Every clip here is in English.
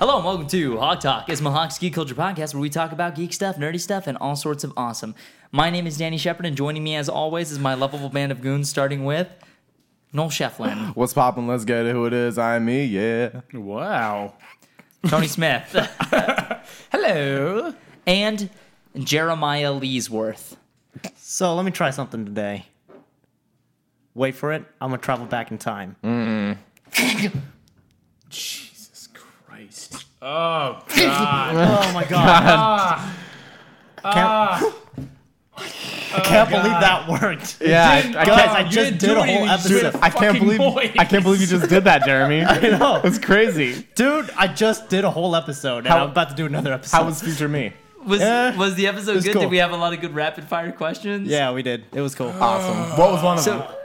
welcome to Hawk Talk. It's Mohawk's Geek Culture Podcast where we talk about geek stuff, nerdy stuff, and all sorts of awesome. My name is Danny Shepard, and joining me as always is my lovable band of goons, starting with Noel Shefflin, What's poppin'? Let's get it. Who it is? I'm me. Yeah. Wow. Tony Smith, Hello. and Jeremiah Leesworth. So let me try something today. Wait for it. I'm gonna travel back in time. Jesus Christ. Oh, Oh my god! I can't, I can't believe that worked. Yeah. I, didn't I go. can't, Guys, I You just didn't did do a whole anything, you episode. did I can't Fucking believe voice. I can't believe you just did that, Jeremy. I know, Oh. That's crazy. dude. I just did a whole episode, and I'm about to do another episode. How was future me? Was Eh, was the episode it's good? cool. Did we have a lot of good rapid fire questions? yeah, we did. It was cool. Awesome. What was one of them? So,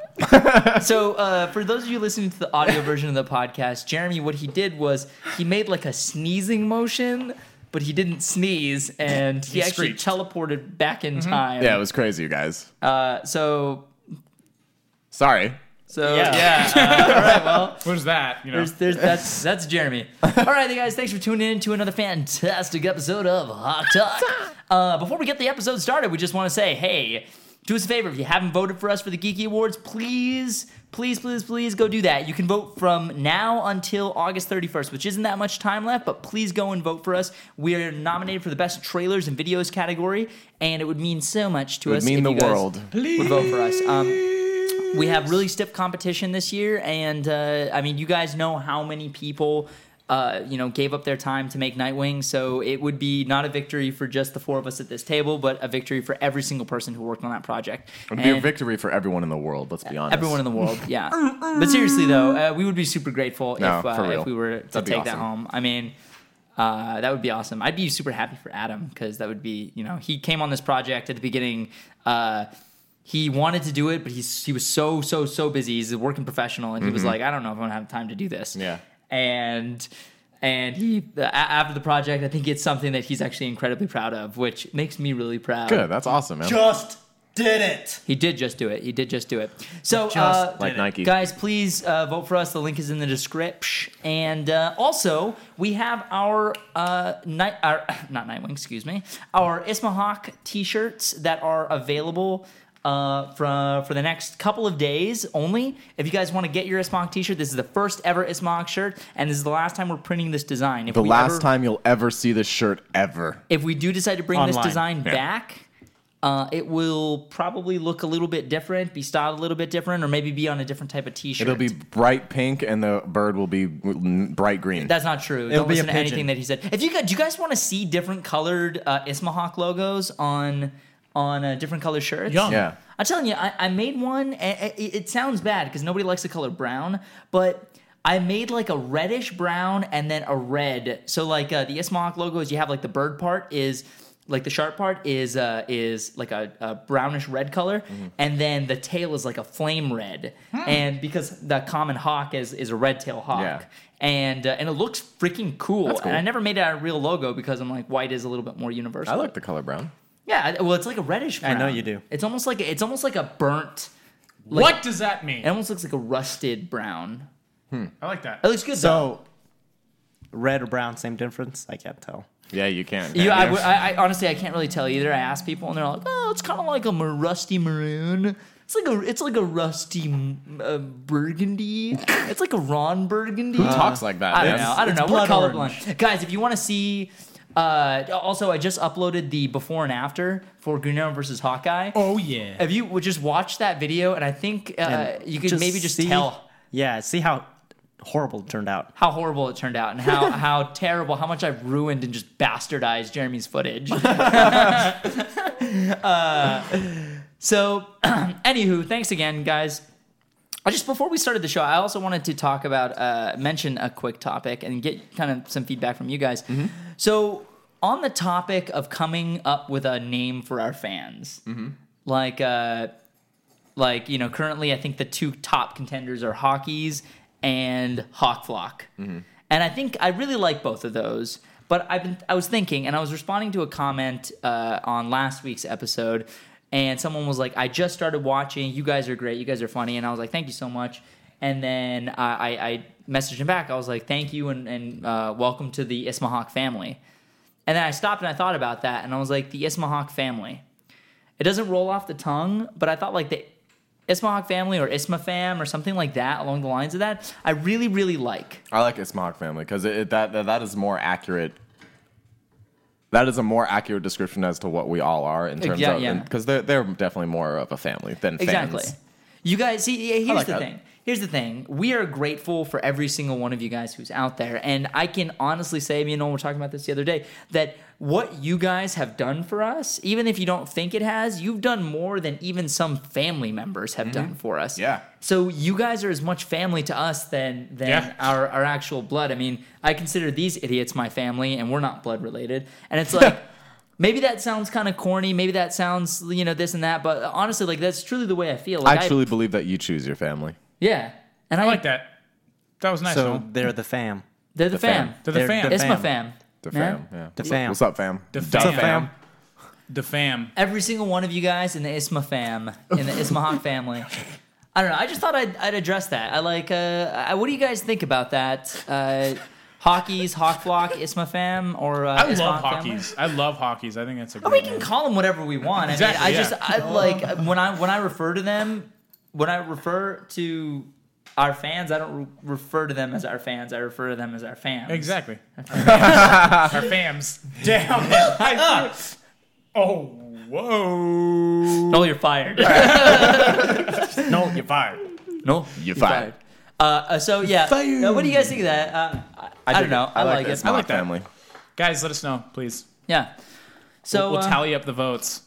so uh, for those of you listening to the audio version of the podcast, Jeremy, what he did was he made like a sneezing motion, but he didn't sneeze, and he, actually screeched. teleported back in time. Yeah, it was crazy, you guys. Uh, so, Sorry. so Yeah. yeah. uh, all right. Well, What is that? You know. there's, there's, that's that's Jeremy. All right, guys. Thanks for tuning in to another fantastic episode of Hot Talk. Uh, before we get the episode started, we just want to say, hey, do us a favor. If you haven't voted for us for the Geeky Awards, please, please, please, please go do that. You can vote from now until August 31st, which isn't that much time left, but please go and vote for us. We are nominated for the best trailers and videos category, and it would mean so much to It would us. mean if the you guys world. Would vote for us. Um, we have really stiff competition this year, and uh, I mean, you guys know how many people. Uh, you know, gave up their time to make Nightwing, so it would be not a victory for just the four of us at this table, but a victory for every single person who worked on that project. It'd be a And- victory for everyone in the world. Let's be honest. Everyone in the world, yeah. but seriously, though, uh, we would be super grateful No, if, uh, for real. if we were to That'd be take that awesome. home. I mean, uh, that would be awesome. I'd be super happy for Adam because that would be, you know, he came on this project at the beginning. Uh, he wanted to do it, but he's, he was so, so, so busy. He's a working professional, and he was like, I don't know if I'm going to have time to do this. Mm-hmm. Yeah. And. And he, a- after the project, I think it's something that he's actually incredibly proud of, which makes me really proud. Good. That's awesome, man. just did it. He did just do it. He did just do it. So, Just uh, Like Nike. Guys, please uh, vote for us. The link is in the description. And uh, also, we have our uh, night, our not Nightwing, excuse me, our Ismahawk T-shirts that are available uh, for for the next couple of days only. If you guys want to get your Ismahawk T-shirt, this is the first ever Ismahawk shirt, and this is the last time we're printing this design. If The we last ever- time you'll ever see this shirt ever. if we do decide to bring this Online. design back, uh, it will probably look a little bit different, be styled a little bit different, or maybe be on a different type of T-shirt. It'll be bright pink and the bird will be mm, bright green. That's not true. It'll Don't be a listen to pigeon. anything that he said. If you guys, do you guys want to see different colored uh, Ismahawk logos on on uh, different color shirts? Yeah. yeah. I'm telling you, I, I made one. And it, it sounds bad because nobody likes the color brown, but I made like a reddish brown and then a red. So like uh, the Ismahawk logos, you have like the bird part is like the sharp part is uh, is like a, a brownish red color, Mm-hmm. and then the tail is like a flame red. And because the common hawk is is a red tail hawk. Hmm. Yeah. And, uh, and it looks freaking cool. cool. And I never made it a real logo because I'm like white is a little bit more universal. I like the color brown. Yeah, I- well, it's like a reddish. I Brown. know you do. It's almost like it's almost like a burnt. Like, what does that mean? It almost looks like a rusted brown. I like that. It looks good though. So, red or brown, same difference. I can't tell. Yeah, you can. You, I, Yeah. would- I, I honestly I can't really tell either. I asked people and they're like, oh, it's kind of like a mar- rusty maroon. It's like a it's like a rusty mm, uh, burgundy. It's like a Ron burgundy. Who talks like that? I don't That's- know. I don't it's know. We're blood colorblind, guys. If you want to see. Uh, also, I just uploaded the before and after for Green Arrow versus Hawkeye. oh yeah. If you would just watch that video, and I think uh, And you could maybe just see- tell Yeah, see how horrible it turned out. how horrible it turned out and how, how terrible, how much I've ruined and just bastardized Jeremy's footage. uh, so, anywho, thanks again, guys. I just before we started the show, I also wanted to talk about uh, mention a quick topic and get kind of some feedback from you guys. So, on the topic of coming up with a name for our fans, like uh, like you know, currently I think the two top contenders are Hockeys and Hawk Flock, and I think I really like both of those. But I've been I was thinking, and I was responding to a comment uh, on last week's episode, and someone was like, "I just started watching. You guys are great. You guys are funny." And I was like, "Thank you so much." And then I I, I messaged him back. I was like, thank you and, and uh, welcome to the Ismahawk family. And then I stopped and I thought about that and I was like, the Ismahawk family. It doesn't roll off the tongue, but I thought like the Ismahawk family or Isma fam or something like that along the lines of that. I really, really like. I like Ismahawk family because it, it, that, that that is more accurate. That is a more accurate description as to what we all are in terms Yeah, yeah. of because they're they're definitely more of a family than Exactly. fans. You guys, see, yeah, here's like the that. thing. Here's the thing. We are grateful for every single one of you guys who's out there. And I can honestly say, me and Noel were talking about this the other day, that what you guys have done for us, even if you don't think it has, you've done more than even some family members have done for us. Mm-hmm. Yeah. So you guys are as much family to us than than Yeah. our, our actual blood. I mean, I consider these idiots my family and we're not blood related. And it's like maybe that sounds kind of corny, maybe that sounds you know this and that, but honestly like that's truly the way I feel. I Like truly believe that you choose your family. yeah. And I, I like that. That was nice. So Noel. they're the fam. They're the, The fam. fam. to the they're- fam. the It's my fam. The Yeah? fam, yeah. The fam. What's up, fam? The Duh, fam. fam. the fam. Every single one of you guys in the Isma fam, in the Ismahawk family. I don't know. I just thought I'd, I'd address that. I like. Uh, I, what do you guys think about that? Uh, Hockey's Hawk Flock Isma fam or uh, I Ismahawk love family? hockeys. I love hockeys. I think that's a. Great we can name. call them whatever we want. I Exactly, mean, I yeah. just I like when I when I refer to them, when I refer to our fans, I don't re- refer to them as our fans. I refer to them as our fans. Exactly. Our fams. Damn. it. I threw- oh, whoa. No, you're fired. No, you're fired. no, You're fired. Uh, uh, so yeah, Fired. Uh, what do you guys think of that? Uh, I, I don't dig know. I, like, it. I I like Ismahawk like that. family. Guys, let us know, please. Yeah. So We'll uh, tally up the votes.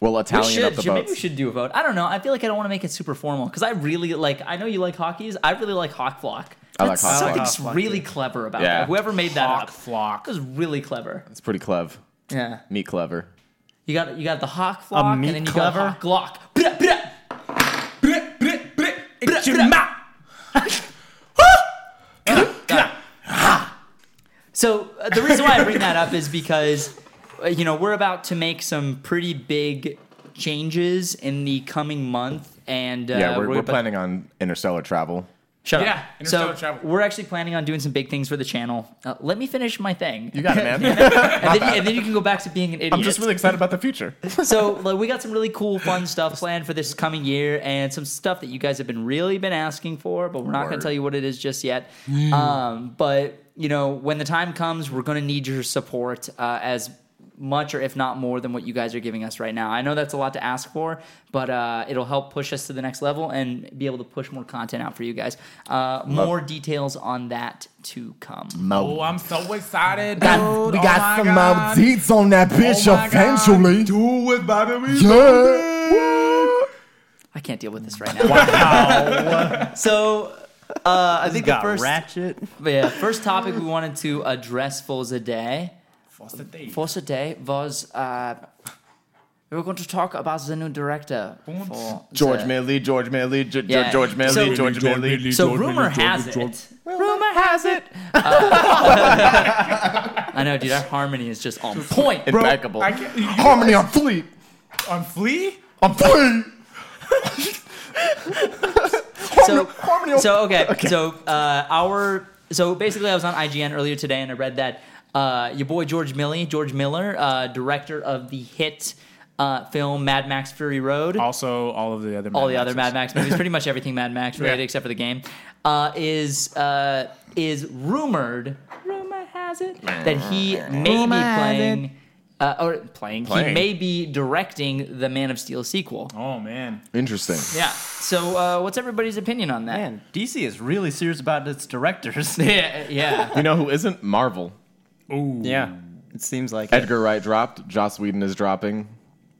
We'll we Italian should, up the should- maybe we votes. should do a vote. I don't know. I feel like I don't want to make it super formal because I really like. I know you like hockeys. I really like Hawk Flock. I like Hawk Flock. Something's really clever about Yeah. that. Whoever made that Hawk up, flock. that was really clever. It's pretty clever. Yeah. Meat clever. You got you got the hawk flock, and meat then you clever? got hawk glock. Blah, blah, Brit, brit, brit. It's your blah. mouth. So uh, the reason why I bring that up is because uh, you know we're about to make some pretty big changes in the coming month, and uh, yeah, we're, we're about- planning on interstellar travel. Shut Yeah, up. interstellar so travel. we're actually planning on doing some big things for the channel. Uh, let me finish my thing, You got it, man. and, then, and then you can go back to being an idiot. I'm just really excited about the future. so like, we got some really cool, fun stuff planned for this coming year, and some stuff that you guys have been really been asking for, but we're not going to Word. tell you what it is just yet. Um, but you know, when the time comes, we're going to need your support uh, as much or if not more than what you guys are giving us right now. I know that's a lot to ask for, but uh, it'll help push us to the next level and be able to push more content out for you guys. Uh, more details on that to come. Oh, I'm so excited. Got- dude. Oh my God. deets on that bitch uh, Oh my God. Do it, Bobby. Yeah. I can't deal with this right now. Wow. so uh, I think the Got first ratchet. yeah, first topic we wanted to address for the day What's the date? for the day was uh, we were going to talk about the new director for George the- Midley, George Midley, Ge- Ge- Yeah. George Midley, So- George Midley. So rumor has it. Rumor has it. Uh, I know, dude. Our harmony is just on point. Impeccable. I can't, you, Harmony on fleet. on Flea? On fleet. So, Harmony on so okay. So uh, our so basically, I was on IGN earlier today, and I read that uh, your boy George Millie, George Miller, uh, director of the hit uh, film Mad Max: Fury Road, Also, all of the other all the other Mad Max movies, pretty much everything Mad Max related Yeah. except for the game, uh, is uh, is rumored. Rumor has it that he may Rumor be has playing. Uh, or playing, he Playing. may be directing the Man of Steel sequel. Oh, man. Interesting. Yeah. So, uh, what's everybody's opinion on that? Man, DC is really serious about its directors. Yeah, yeah. You know who isn't? Marvel. Ooh. yeah, it seems like it. Edgar Wright dropped. Joss Whedon is dropping.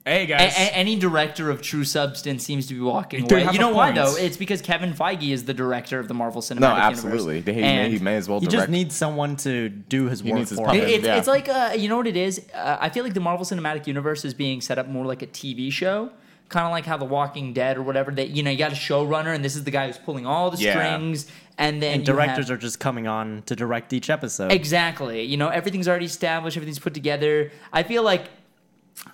Hey, A- guys. a- any director of true substance seems to be walking You do away. have You a know why point. though? It's because Kevin Feige is the director of the Marvel Cinematic No, Universe. absolutely. He may, And he may as well He direct. just needs someone to do his work needs his for it- puppet. him. it's, Yeah. it's like uh, you know what it is. Uh, I feel like the Marvel Cinematic Universe is being set up more like a TV show, kind of like how The Walking Dead or whatever. That you know you got a showrunner and this is the guy who's pulling all the Yeah. strings, and then And you have- directors are just coming on to direct each episode. Exactly. You know, everything's already established, everything's put together. I feel like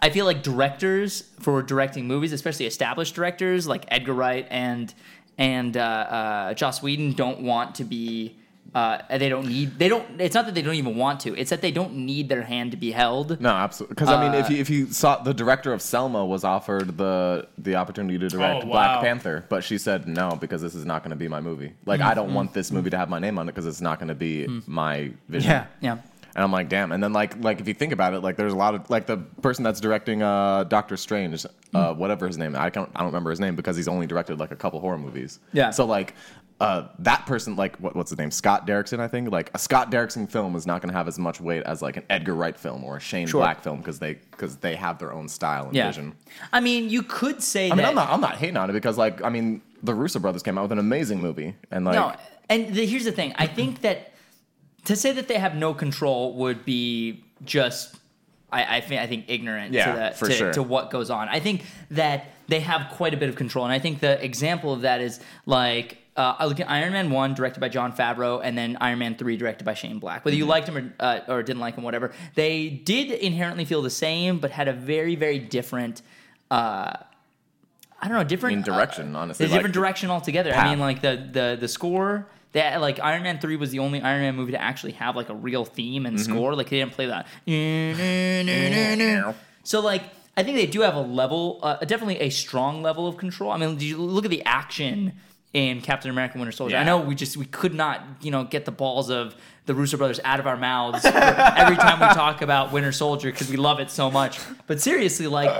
I feel like directors for directing movies, especially established directors like Edgar Wright and and uh, uh, Joss Whedon, don't want to be Uh, and they don't need. They don't. It's not that they don't even want to. It's that they don't need their hand to be held. No, absolutely. Because I mean, if you if you saw the director of Selma was offered the the opportunity to direct Oh, Black wow. Panther, but she said no because this is not going to be my movie. Like I Mm-hmm. don't want this movie to have my name on it because it's not going to be my vision. Yeah. Yeah. And I'm like, damn. And then like like if you think about it, like there's a lot of like the person that's directing uh Doctor Strange, Mm. uh whatever his name, I don't I don't remember his name because he's only directed like a couple horror movies. Yeah. So like uh that person like what, what's his name? Scott Derrickson, I think. Like a Scott Derrickson film is not going to have as much weight as like an Edgar Wright film or a Shane Sure. Black film because they because they have their own style and Yeah. vision. I mean, you could say I mean, that. I'm not I'm not hating on it because like I mean, the Russo brothers came out with an amazing movie and like no, and the, here's the thing. I think that to say that they have no control would be just. I, I think I think ignorant Yeah, to, that, for to, sure. to what goes on. I think that they have quite a bit of control, and I think the example of that is like uh, I look at Iron Man one directed by John Favreau, and then Iron Man three directed by Shane Black. Whether you Mm-hmm. liked him or, uh, or didn't like him, whatever, they did inherently feel the same, but had a very very different. Uh, I don't know, different uh, In direction, honestly, a like- different direction altogether. I Path. mean, like the the the score that like Iron Man three was the only Iron Man movie to actually have like a real theme and Mm-hmm. score. Like they didn't play that. So like I think they do have a level, uh, definitely a strong level of control. I mean, did you look at the action in Captain America: Winter Soldier? I Yeah. know we just we could not you know get the balls of the Russo brothers out of our mouths every time we talk about Winter Soldier because we love it so much. But seriously, like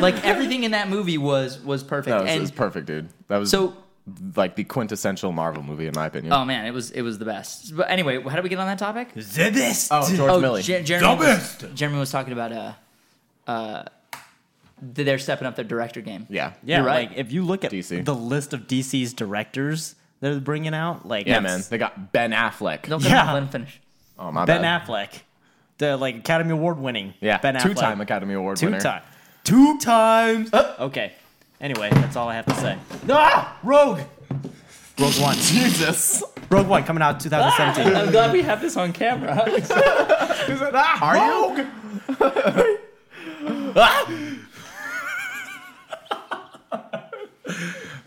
like everything in that movie was was perfect. that was, and it was perfect, dude. That was so like the quintessential Marvel movie in my opinion. Oh man, it was it was the best. But anyway, how do we get on that topic? The best. Oh, George Millie. Jer- Jeremy, The was, best. Jeremy was talking about uh, uh, th- they're stepping up their director game. yeah. Yeah, You're right. like if you look at DC. the list of DC's directors they're bringing out, like Yeah, man. it's They got Ben Affleck. Don't cut Yeah. him off, let him finish. Oh my Ben bad. Affleck, the like Academy Award winning. Yeah, Ben Affleck, two-time Academy Award winner. two Uh. time. Two times. Okay. Anyway, that's all I have to say. Ah, rogue. Rogue One. Jesus. Rogue One coming out 2017. I'm glad we have this on camera. Are you?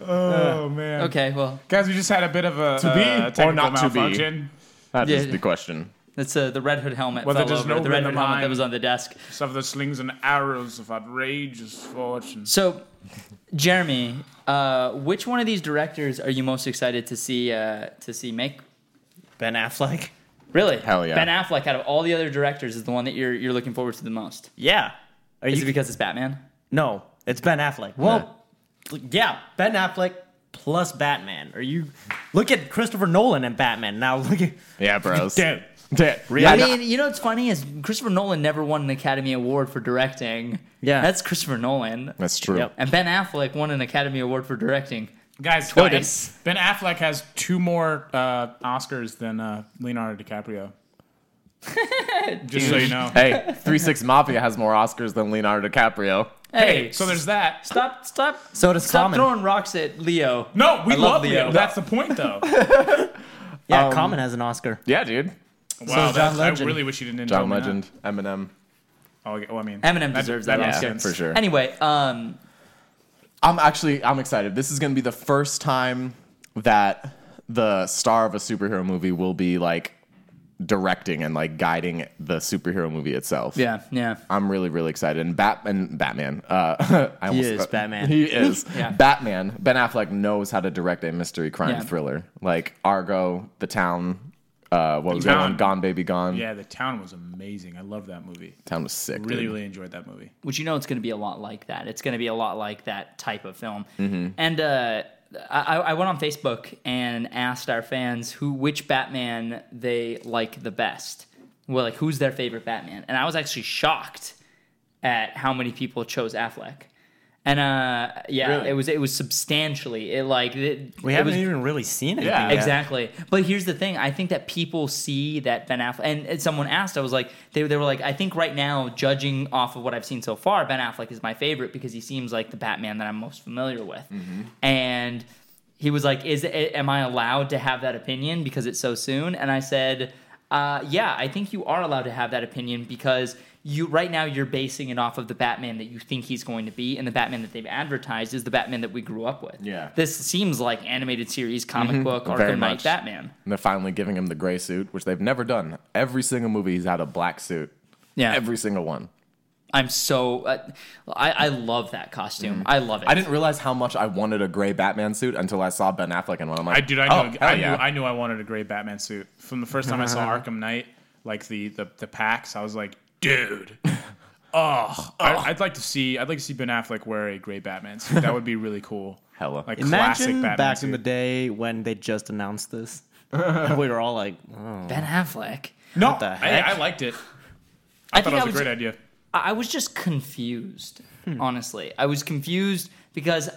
Oh man, okay, well guys, we just had a bit of a Uh, be uh, or technical not to be? malfunction. That is Yeah. the question. that's uh, the Red Hood helmet Whether fell there's over. no the Red Hood random helmet that line. was on the desk. Suffer the slings and arrows of outrageous fortune. So, Jeremy, uh, which one of these directors are you most excited to see uh, to see make? ben Affleck. Really? Hell yeah. Ben Affleck, out of all the other directors, is the one that you're you're looking forward to the most. Yeah. Are Is you it because it's Batman? No, it's Ben Affleck. Well, yeah, Ben Affleck plus Batman. Are you look at Christopher Nolan and Batman now? Look at Yeah, bros. Dude. Dude. I Yeah, no- mean, you know what's funny is Christopher Nolan never won an Academy Award for directing. Yeah. That's Christopher Nolan. that's true. Yep. And Ben Affleck won an Academy Award for directing. Guys, Twice. Ben Affleck has two more uh, Oscars than uh, Leonardo DiCaprio. Just so you know. Hey, Three Six Mafia has more Oscars than Leonardo DiCaprio. Hey, So there's that. stop stop So does stop Common. throwing rocks at Leo. No, we I love love, you. Leo. That's the point, though. yeah, Um, Common has an Oscar. Yeah, dude. wow, John that's- I Legend. really wish you didn't. John tell me that. Legend, Eminem. Oh, okay. well, I mean, Eminem deserves that Yeah, Makes sense. for sure. Anyway, um I'm actually I'm excited. This is gonna be the first time that the star of a superhero movie will be like directing and like guiding the superhero movie itself. yeah, yeah. I'm really, really excited. And Bat and Batman. Uh, I almost is Batman. He is Yeah. Batman. Ben Affleck knows how to direct a mystery crime Yeah. thriller like Argo, The Town. Uh, what was the Town. other one? Gone Baby Gone. yeah, The Town was amazing. I love that movie. Town was sick. Really, dude. really enjoyed that movie. which you know it's going to be a lot like that. It's going to be a lot like that type of film. Mm-hmm. And uh, I, I went on Facebook and asked our fans who which Batman they like the best. Well, like who's their favorite Batman? And I was actually shocked at how many people chose Affleck. And uh, yeah, Really? it was it was substantially it like it, We it haven't was even really seen anything. Yeah. yet. Exactly. But here's the thing: I think that people see that Ben Affleck, and, and someone asked, I was like, they, they were like, I think right now, judging off of what I've seen so far, Ben Affleck is my favorite because he seems like the Batman that I'm most familiar with, Mm-hmm. and he was like, "Is am I allowed to have that opinion because it's so soon?" And I said. Uh, yeah, I think you are allowed to have that opinion because you right now you're basing it off of the Batman that you think he's going to be, and the Batman that they've advertised is the Batman that we grew up with. Yeah. this seems like animated series, comic book, very Arkham Knight, much. Batman. And they're finally giving him the gray suit, which they've never done. Every single movie, he's had a black suit. Yeah, Every single one. I'm so uh, I I love that costume. I love it. I didn't realize how much I wanted a gray Batman suit until I saw Ben Affleck in one. I'm like, I dude, I oh, knew, hell I, yeah. knew I knew I wanted a gray Batman suit from the first time I saw Arkham Knight, like the the, the packs. I was like, dude, oh, I, would like to see I'd like to see Ben Affleck wear a gray Batman suit. That would be really cool. Hella. like classic Imagine Batman back suit. in the day when they just announced this. And we were all like, Ben Affleck. no, the heck? I, I liked it. I, I thought think I it was a was great idea. I I was just confused, honestly. I was confused because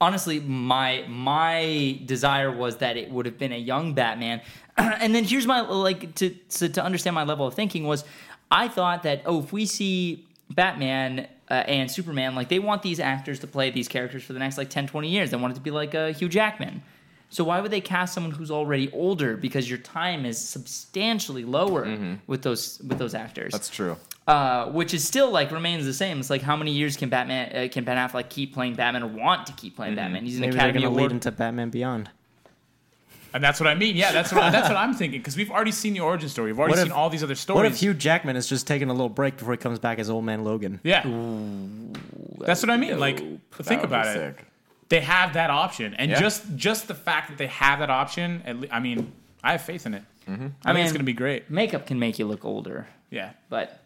honestly, my my desire was that it would have been a young Batman. and then here's my like to, to to understand my level of thinking was I thought that oh, if we see Batman uh, and Superman, like they want these actors to play these characters for the next like 10, 20 years. They want it to be like a Hugh Jackman. So why would they cast someone who's already older? Because your time is substantially lower with those with those actors That's true. uh, which is still like remains the same. It's like how many years can Batman uh, can Ben Affleck keep playing Batman or want to keep playing Batman? He's an Mm-hmm. maybe they're Academy going to Award. lead into Batman Beyond. And that's what I mean. Yeah, that's what that's what I'm thinking because we've already seen the origin story. We've already What if- seen all these other stories. What if Hugh Jackman is just taking a little break before he comes back as old man Logan? Yeah, that's what I mean. Like, think That would be about it. sick. They have that option, and Yeah. just just the fact that they have that option. At le- I mean, I have faith in it. I, think mean- it's going to be great. Makeup can make you look older, Yeah, but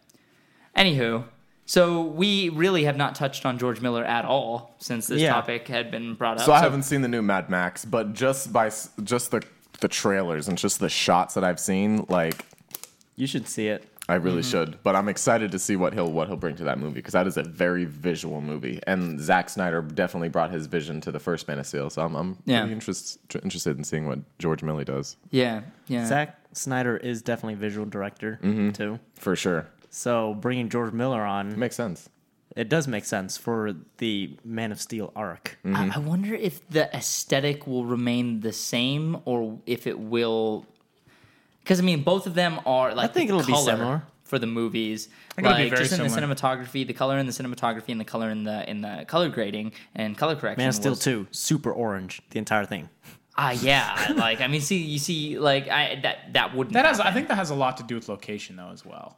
anywho, so we really have not touched on George Miller at all since this Yeah. topic had been brought up. So I haven't seen the new Mad Max, but just by s- just the the trailers and just the shots that I've seen, like You should see it. I really should. But I'm excited to see what he'll what he'll bring to that movie because that is a very visual movie, and Zack Snyder definitely brought his vision to the first Man of Steel. So I'm I'm Yeah. really interest, tr- interested in seeing what George Millie does yeah, yeah. Zack Snyder is definitely visual director too. for sure. So bringing George Miller on, Makes sense. it does make sense for the Man of Steel arc. I, I wonder if the aesthetic will remain the same or if it will. Because I mean, both of them are like think the it'll be color similar. for the movies. think it'll be like very just in similar. the cinematography, the color in the cinematography, and the color in the in the color grading and color correction. Man of Steel was- two, super orange, the entire thing. Ah, yeah. like I mean, see, you see, like I that that wouldn't. that has. I happen. think that has a lot to do with location, though, as well.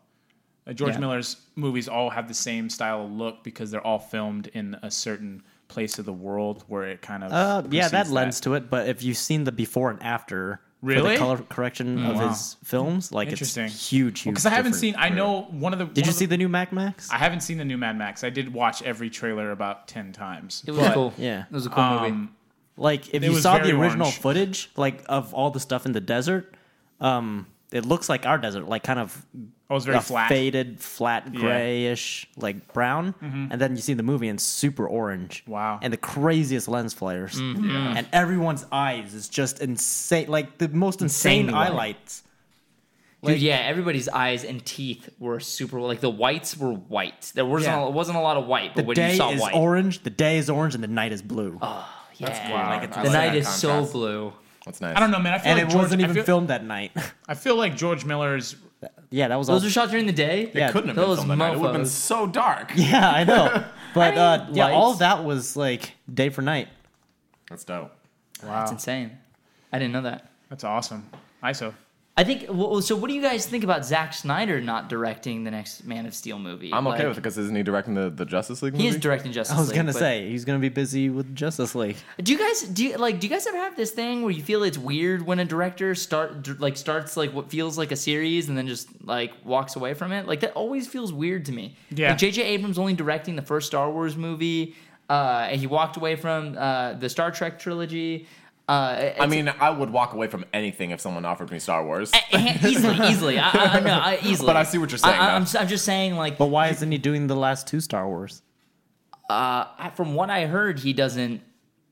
Uh, George Yeah. Miller's movies all have the same style of look because they're all filmed in a certain place of the world where it kind of. Uh, yeah, that precedes lends to it. But if you've seen the before and after, for Really? the color correction of Mm, wow. his films, like it's Interesting. huge, huge. because I haven't difference. seen. I know one of the. Did you see the new Mac Max? I haven't seen the new Mad Max. I did watch every trailer about ten times. it was but- cool. Um, yeah. it was a cool movie. Like if It you was saw the very original orange. footage, like of all the stuff in the desert, um, it looks like our desert, like kind of Oh, it's very a flat. faded, flat grayish, like brown, and then you see the movie and super orange. Mm-hmm. Wow. And the craziest lens flares, Mm-hmm. and everyone's eyes is just insane, like the most insane Insanely white. highlights. Dude, yeah, everybody's eyes and teeth were super. Like the whites were white. There wasn't Yeah. a, wasn't a lot of white, but The when day you saw is white, Oh. orange, the day is orange, and the night is blue. yeah, wow. like, I the night like that is so contrast. blue. That's nice. I don't know, man. I feel and like it George, wasn't even I feel, filmed that night. I feel like George Miller's yeah, that was all. Those were shot during the day. Yeah, Couldn't have been Those filmed that night. It would have been mofos. so dark. yeah, I know. I But uh, mean, yeah, all lights. that was like day for night. That's dope. That's insane. I didn't know that. That's awesome. ISO. I think. Well, so, what do you guys think about Zack Snyder not directing the next Man of Steel movie? I'm okay Like, with it because isn't he directing the, the Justice League movie? He is directing Justice. I was League, gonna but- say he's gonna be busy with Justice League. do you guys do you, like? Do you guys ever have this thing where you feel it's weird when a director start d- like starts like what feels like a series and then just like walks away from it? Like that always feels weird to me. Yeah. Like J.J. Abrams only directing the first Star Wars movie. Uh, and he walked away from uh, the Star Trek trilogy. Uh, I mean, I woan, would walk away from anything if someone offered me Star Wars. easily, easily. I, I, no, I, easily. But I see what you're saying, I, though. am I'm just saying, like, But why isn't he doing the last two Star Wars? I- from what I heard, he doesn't.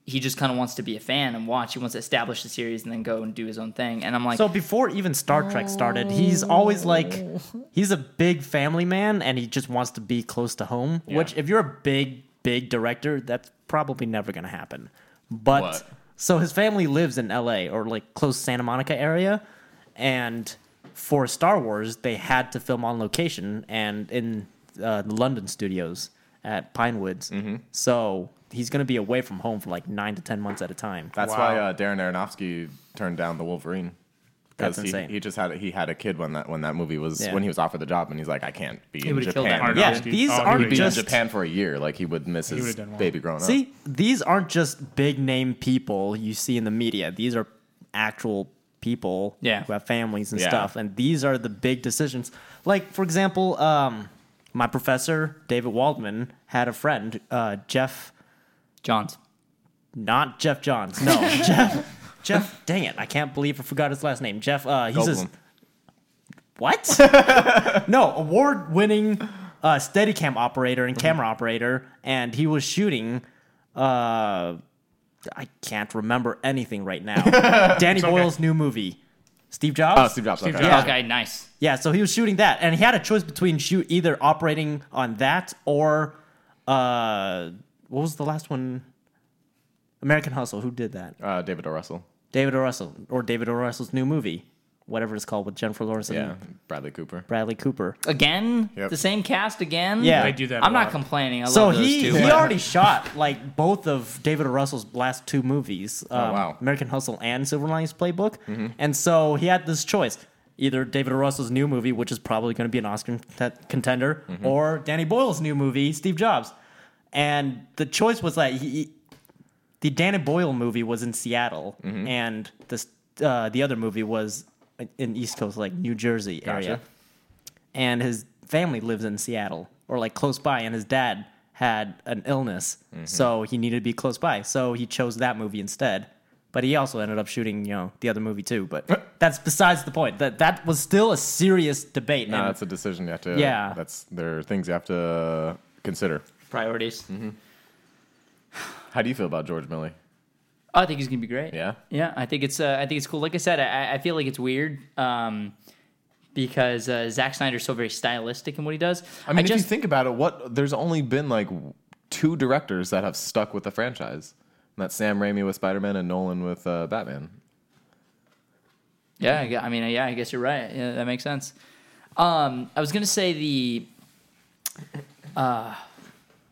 He just kind of wants to be a fan and watch. He wants to establish the series and then go and do his own thing. And I'm like, So before even Star Trek started, he's always like he's a big family man and he just wants to be close to home. Which if you're a big, big director, that's probably never gonna happen. But What? so his family lives in LA or like close Santa Monica area and for Star Wars, they had to film on location and in uh, the London studios at Pinewoods. Mm-hmm. So he's going to be away from home for like nine to ten months at a time. That's Wow. why uh, Darren Aronofsky turned down the Wolverine. 'Cause That's insane. He, he just had he had a kid when that when that movie was Yeah. when he was offered the job and he's like I can't be in would've killed that. Japan. yeah, Aronofsky- these oh, he aren't would've Be in just Japan for a year, like he would miss his would've done well. baby growing up. See, these aren't just big name people you see in the media. These are actual people Yeah. who have families and Yeah. stuff. And these are the big decisions. Like, for example, um, my professor, David Waldman, had a friend, uh, Jeff, Johns. not Jeff Johns. No, Jeff. Jeff, dang it. I can't believe I forgot his last name. Jeff, uh, he's a, Goldblum. what? no, award winning uh, Steadicam operator Mm-hmm. and camera operator, and he was shooting. Uh, I can't remember anything right now. Danny Boyle's new movie, Steve Jobs. Oh, Steve Jobs. Steve okay. Jobs. Yeah. Okay, nice. Yeah, so he was shooting that, and he had a choice between shoot either operating on that or uh, what was the last one? American Hustle. Who did that? Uh, David O. Russell. David O. Russell or David O. Russell's new movie, whatever it's called with Jennifer Lawrence Mm. and Yeah, Bradley Cooper. Bradley Cooper. Again, Yep. the same cast again. Yeah. They do that. I'm a not lot. complaining. I So love those he, two. he but- already shot like both of David O. Russell's last two movies, Oh, um, wow. American Hustle and Silver Linings Playbook, Mm-hmm. and so he had this choice: either David O. Russell's new movie, which is probably going to be an Oscar cont- contender, Mm-hmm. or Danny Boyle's new movie, Steve Jobs. And the choice was that he, he- the Danny Boyle movie was in Seattle, and this uh, the other movie was in East Coast, like New Jersey area Gotcha. and his family lives in Seattle or like close by, and his dad had an illness, so he needed to be close by. So he chose that movie instead. But he also ended up shooting, you know, the other movie too. But that's besides the point. That that was still a serious debate. No, and that's a decision you have to. Yeah. that's there are things you have to consider. priorities. Mm-hmm. How do you feel about George Millie? Oh, I think he's gonna be great. Yeah? yeah. I think it's uh, I think it's cool. Like I said, I, I feel like it's weird um, because uh, Zack Snyder's so very stylistic in what he does. I mean, if just you think about it, what there's only been like two directors that have stuck with the franchise. And that's Sam Raimi with Spider Man and Nolan with uh, Batman. Yeah, I gu- I mean, yeah, I guess you're right. Yeah, that makes sense. Um, I was gonna say the.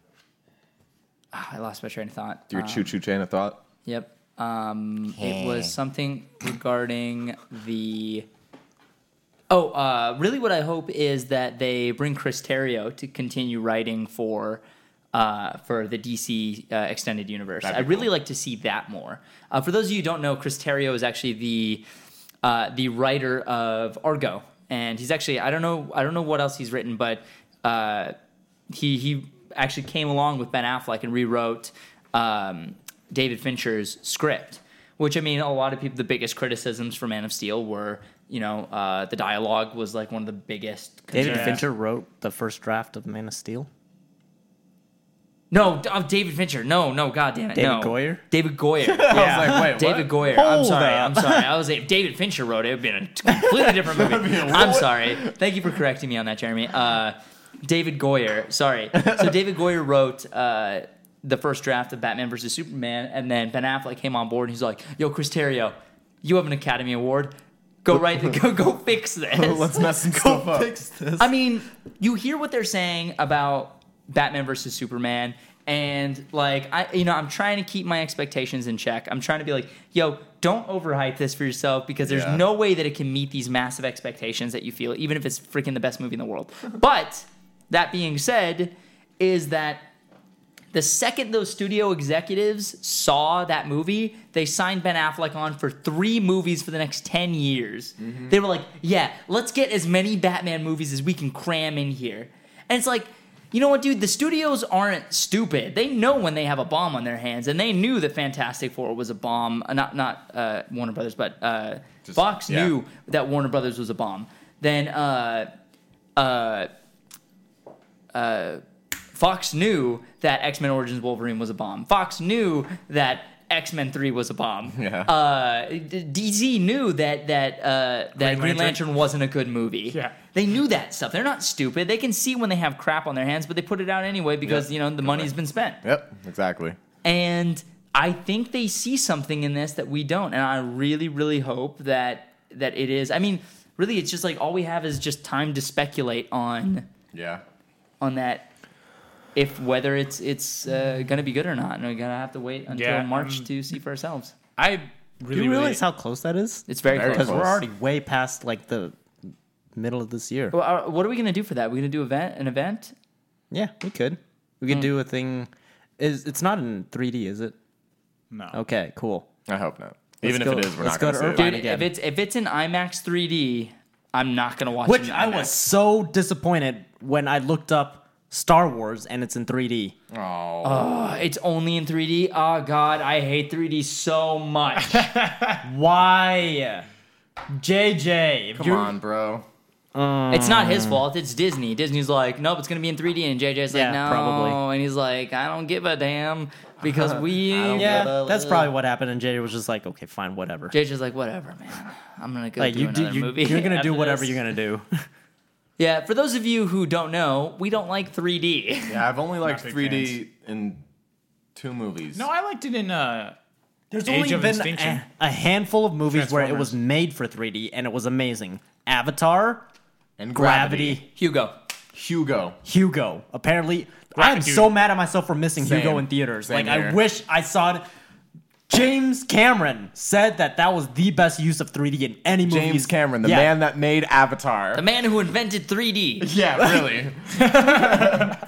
Uh, ah, I lost my train of thought. Your Uh, choo choo chain of thought. yep. Um, It was something regarding the. Oh, uh, really? What I hope is that they bring Chris Terrio to continue writing for. Uh, for the DC uh, extended universe, I That'd be really like to see that more. Uh, for those of you who don't know, Chris Terrio is actually the uh, the writer of Argo, and he's actually I don't know I don't know what else he's written, but uh, he he actually came along with Ben Affleck and rewrote um, David Fincher's script, which I mean a lot of people the biggest criticisms for Man of Steel were you know uh, the dialogue was like one of the biggest. David Yeah. Fincher wrote the first draft of Man of Steel. no, oh, David Fincher. No, no, God damn it. David no. Goyer? David Goyer. I was like, wait, what? David Goyer. I'm Hold sorry. up. I'm sorry. I was if David Fincher wrote it, it'd been a t- completely different movie. I'm sorry. Thank you for correcting me on that, Jeremy. Uh, David Goyer. Sorry. So David Goyer wrote uh, the first draft of Batman versus Superman, and then Ben Affleck came on board and he's like, "Yo, Chris Terrio, you have an Academy Award. Go write. The, go go fix this." Let's mess some stuff up. I mean, you hear what they're saying about Batman versus Superman, and like I, you know, I'm trying to keep my expectations in check. I'm trying to be like, yo, don't overhype this for yourself because there's Yeah. no way that it can meet these massive expectations that you feel, even if it's freaking the best movie in the world. But that being said, is that the second those studio executives saw that movie, they signed Ben Affleck on for three movies for the next 10 years. They were like, yeah, let's get as many Batman movies as we can cram in here. And it's like, you know what, dude? The studios aren't stupid. They know when they have a bomb on their hands, and they knew that Fantastic Four was a bomb. Uh, not not uh, Warner Brothers, but uh, Fox yeah. knew that Warner Brothers was a bomb. Then uh, uh, Fox knew that X Men Origins Wolverine was a bomb. Fox knew that X Men Three was a bomb. Yeah. Uh, D- DZ knew that that uh, that Green, Lantern. Lantern. wasn't a good movie. Yeah. They knew that stuff. They're not stupid. They can see when they have crap on their hands, but they put it out anyway because Yep. you know the money's been spent. Yep, exactly. And I think they see something in this that we don't. And I really, really hope that that it is. I mean, really it's just like all we have is just time to speculate on Yeah. on that if whether it's it's uh, gonna be good or not, and we're gonna have to wait until um, Yeah, March I'm- to see for ourselves. I really, Do you really realize how close that is? It's very, Very close. Because we're close. already way past like the middle of this year. Well, uh, what are we gonna do for that? We're gonna do event an event. Yeah, we could. We could do a thing. Is it's not in 3D, is it? no. Okay, cool. I hope not. Even go- if it is, we're let's not go going to to see it. Irvine. Dude, again. if it's if it's in IMAX 3D, I'm not gonna watch. it Which in I IMAX. was so disappointed when I looked up Star Wars and it's in 3D. Oh, Uh, it's only in 3D. Oh God, I hate 3D so much. Why? JJ, if come you're- on, bro. it's not his fault. It's Disney. Disney's like, nope, it's gonna be in 3D, and JJ's like, Yeah, no, probably. and he's like, I don't give a damn because we. Yeah, that's probably what happened. And JJ was just like, okay, fine, whatever. JJ's like, whatever, man. I'm gonna go like do you another do, you, movie. you're gonna after do whatever this." you're gonna do. Yeah, for those of you who don't know, we don't like 3D. Yeah, I've only liked Not big 3D in two movies. No, I liked it in uh There's Age only of been Extinction. a, a handful of movies where it was made for 3D and it was amazing. Avatar, and Gravity, Hugo. Hugo. Hugo. Apparently, I am dude. so mad at myself for missing Same. Hugo in theaters. Same like, I here. wish I saw it. James Cameron said that that was the best use of 3D in any movie. James Cameron, the Yeah. man that made Avatar. The man who invented 3D. yeah, really.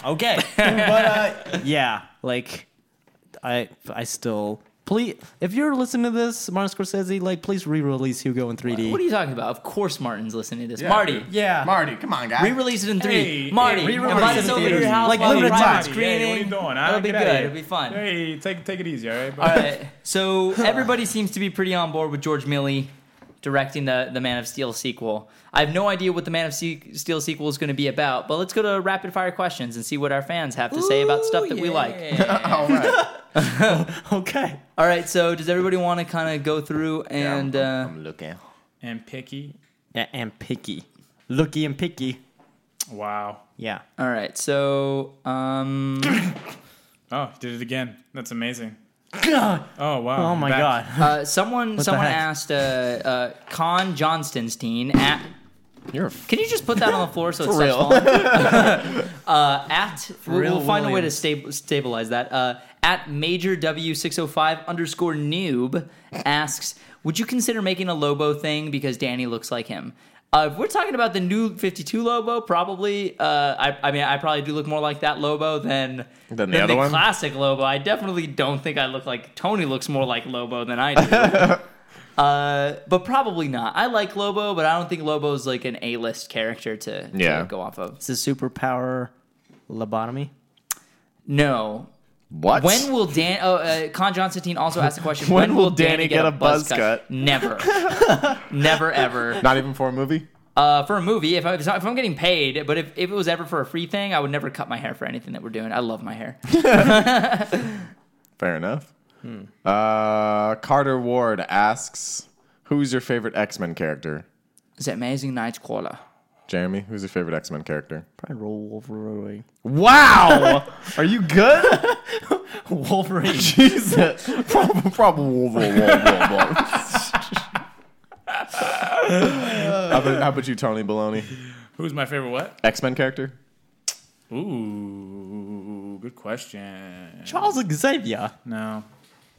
Okay, but uh, yeah, like I, I still please. If you're listening to this, Martin Scorsese, like please re-release Hugo in 3D. What are you talking about? Of course, Martin's listening to this. Yeah, Marty, dude. yeah, Marty, come on, guys. re-release it in 3D. Hey, Marty, hey, re-release invite it us in over to your theaters. house. Like, while we limited do time. private Screening. Hey, what are you doing? huh? It'll be Get outta good. here. It'll be fun. Hey, take take it easy, all right? All right. So everybody seems to be pretty on board with George Milley directing the the Man of Steel sequel. I have no idea what the Man of Se- Steel sequel is going to be about, but let's go to rapid fire questions and see what our fans have to say about stuff that we like. All right. Okay. All right. So does everybody want to kind of go through and uh, I'm looking. And picky. Yeah, and picky, looky and picky. Wow. Yeah. all right? So um, Oh, he did it again. That's amazing. God. Oh wow. Oh my Back- god. uh, someone someone heck? asked uh, uh, Con Johnstonstein at. You're a f- Can you just put that on the floor so it stops real. falling? uh, at we'll, real we'll find a way to Williams. stab- stabilize that. Uh, at major w605 underscore noob asks, would you consider making a Lobo thing because Danny looks like him? Uh, if we're talking about the new 52 Lobo, probably. Uh, I, I mean, I probably do look more like that Lobo than Than the other one? classic Lobo. I definitely don't think I look like Tony. Looks more like Lobo than I do. Uh, but probably not. I like Lobo, but I don't think Lobo's like an A-list character to, to Yeah. go off of. It's a superpower lobotomy. No. what? When will Dan? Oh, uh, Con Johnstine also asked the question. When will Danny get a buzz cut? Never, never, ever. Not even for a movie. Uh, for a movie, if, I, if I'm getting paid, but if, if it was ever for a free thing, I would never cut my hair for anything that we're doing. I love my hair. Fair enough. Uh, Carter Ward asks, "Who's your favorite X Men character?" It's an amazing night's quarter. Jeremy, who's your favorite X Men character? Probably roll Wolverine. Wow, are you good? Wolverine. Jesus, probably. how, about, how about you, Tony Baloney? Who's my favorite what? X Men character? Ooh, good question. Charles Xavier. No.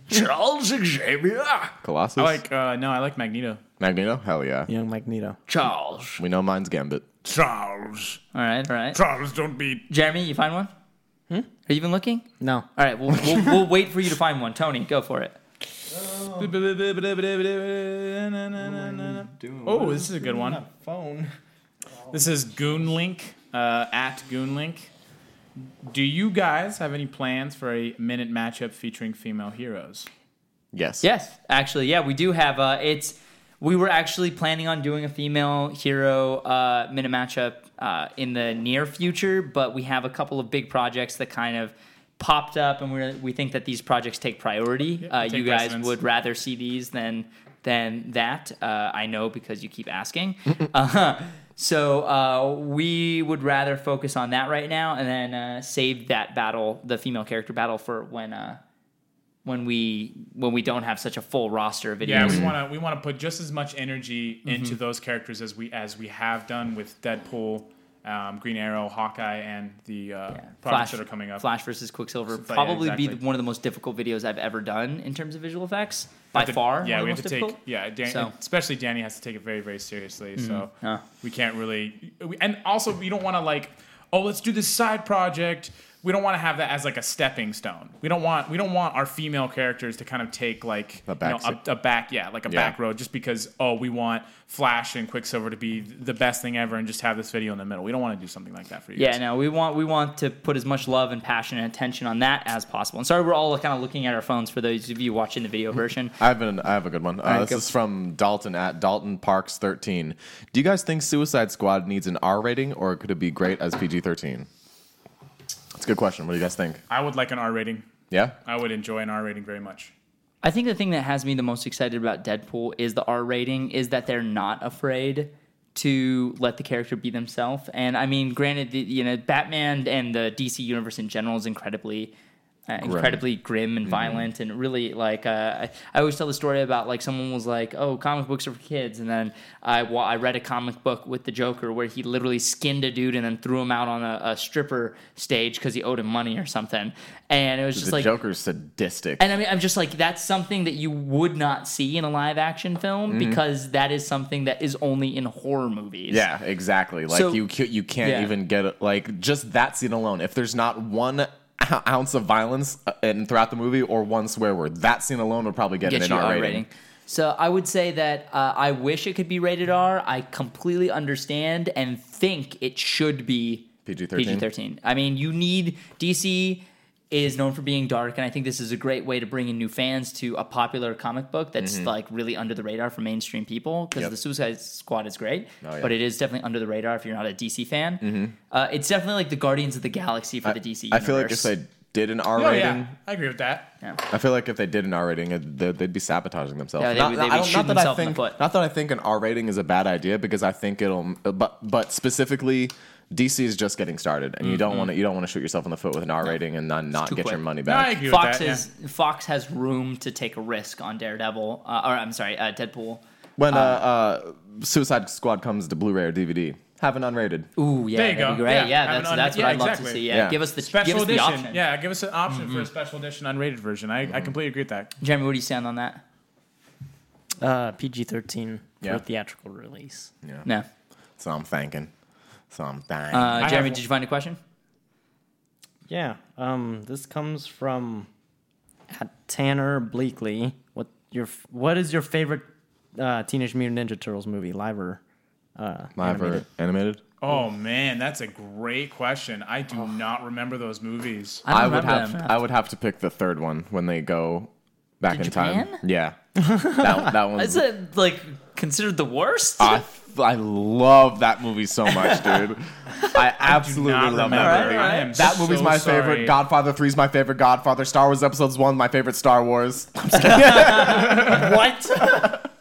Charles Xavier. Colossus? I like uh no, I like Magneto. Magneto? Hell yeah. Young Magneto. Charles. We know mine's Gambit. Charles. All right, all right. Charles, don't be Jeremy, you find one? Are you even looking? No. All right, we'll, we'll, we'll wait for you to find one. Tony, go for it. Oh, this is a good one. Phone. This is Goonlink uh, at Goonlink. Do you guys have any plans for a minute matchup featuring female heroes? Yes. Yes, actually, yeah, we do have. Uh, it's we were actually planning on doing a female hero uh, minute matchup uh, in the near future, but we have a couple of big projects that kind of popped up, and we we think that these projects take priority. uh, take you guys precedence. would rather see these than than that. Uh, I know because you keep asking. uh, so uh, we would rather focus on that right now, and then uh, save that battle, the female character battle, for when. Uh, when we when we don't have such a full roster of videos. Yeah, we want to we want to put just as much energy into those characters as we as we have done with Deadpool, um, Green Arrow, Hawkeye, and the uh, projects Flash, that are coming up. Flash versus Quicksilver yeah, probably be exactly. the- one of the most difficult videos I've ever done in terms of visual effects by Have to- far. Yeah, one we of have the to most take. difficult. Yeah, Dan, So- Mm-hmm. Ah. especially Danny has to take it very very seriously. So Yeah. we can't really. We, and also, we don't want to like. Oh, let's do this side project. We don't want to have that as like a stepping stone. We don't want we don't want our female characters to kind of take like A back you know, a, a back yeah like a Yeah. back road just because oh we want Flash and Quicksilver to be the best thing ever and just have this video in the middle. We don't want to do something like that for you. Yeah, guys. no, we want we want to put as much love and passion and attention on that as possible. And sorry, we're all kind of looking at our phones for those of you watching the video version. I have an I have a good one. Uh, right, this go. is from Dalton at Dalton Parks thirteen. Do you guys think Suicide Squad needs an R rating, or could it be great as PG thirteen? That's a good question. What do you guys think? I would like an R rating. Yeah, I would enjoy an R rating very much. I think the thing that has me the most excited about Deadpool is the R rating, is that they're not afraid to let the character be themselves. And I mean, granted, the, you know, Batman and the DC universe in general is incredibly. Uh, incredibly grim and violent, and really like uh, I, I always tell the story about like someone was like, "Oh, comic books are for kids," and then I wa- I read a comic book with the Joker where he literally skinned a dude and then threw him out on a, a stripper stage because he owed him money or something, and it was just the like Joker's sadistic. and I mean, I'm just like, that's something that you would not see in a live action film because that is something that is only in horror movies. Yeah, exactly. Like So- you you, you can't Yeah. even get it- like just that scene alone. If there's not one ou- ounce of violence uh, and throughout the movie or one swear word, that scene alone would probably get, Get an you R R rating. rating. So I would say that uh, I wish it could be rated R. I completely understand and think it should be PG-13. PG-13. I mean, you need DC is known for being dark, and I think this is a great way to bring in new fans to a popular comic book that's like really under the radar for mainstream people. Because Mm-hmm. Yep. the Suicide Squad is great, Oh, yeah. Mm-hmm. but it is definitely under the radar if you're not a DC fan. Uh, it's definitely like the Guardians of the Galaxy for the DC. I Universe. feel like if they did an R Oh rating, yeah, I agree with that. I feel like if they did an R rating, it- they- they'd be sabotaging themselves. Yeah, they would- they'd be I don't- shooting that I themselves in the think, foot. Not that I think an R rating is a bad idea because I think it'll, but but specifically. DC is just getting started, and you don't want to you don't want to shoot yourself in the foot with an R rating and then not Mm-hmm. too get your quick. money No, I back. agree Fox with that. yeah. is Fox has room to take a risk on Daredevil, uh, or I'm sorry, uh, Deadpool. when uh, Um, uh, Suicide Squad comes to Blu-ray or DVD, have an unrated. Ooh, yeah, There that'd be you go. great. Yeah, Yeah, have that's an that's un- what yeah, I'd love to exactly. see. Yeah, Yeah. give us the Special give us edition. the option. Mm-hmm. Yeah, give us an option for a special edition unrated version. I, I completely agree with that. Jeremy, what do you stand on that? Uh, PG thirteen Yeah. for theatrical release. No, So I'm thinking. So I'm dying. uh, Jeremy, have- did you find a question? Yeah. Um, this comes from at Tanner Bleakley. What your f- what is your favorite uh, Teenage Mutant Ninja Turtles movie, live or uh, Live animated? or animated? Oh man, that's a great question. I do Oh. not remember those movies. don't I, would remember have them. I would have to pick the third one when they go back To in time. Japan? Yeah. that that one's Is it like considered the worst? I, I love that movie so much, dude. I absolutely not love remember. that movie. I am that movie's so my sorry. favorite. Godfather 3 is my favorite Godfather. Star Wars Episodes 1, my favorite Star Wars. what?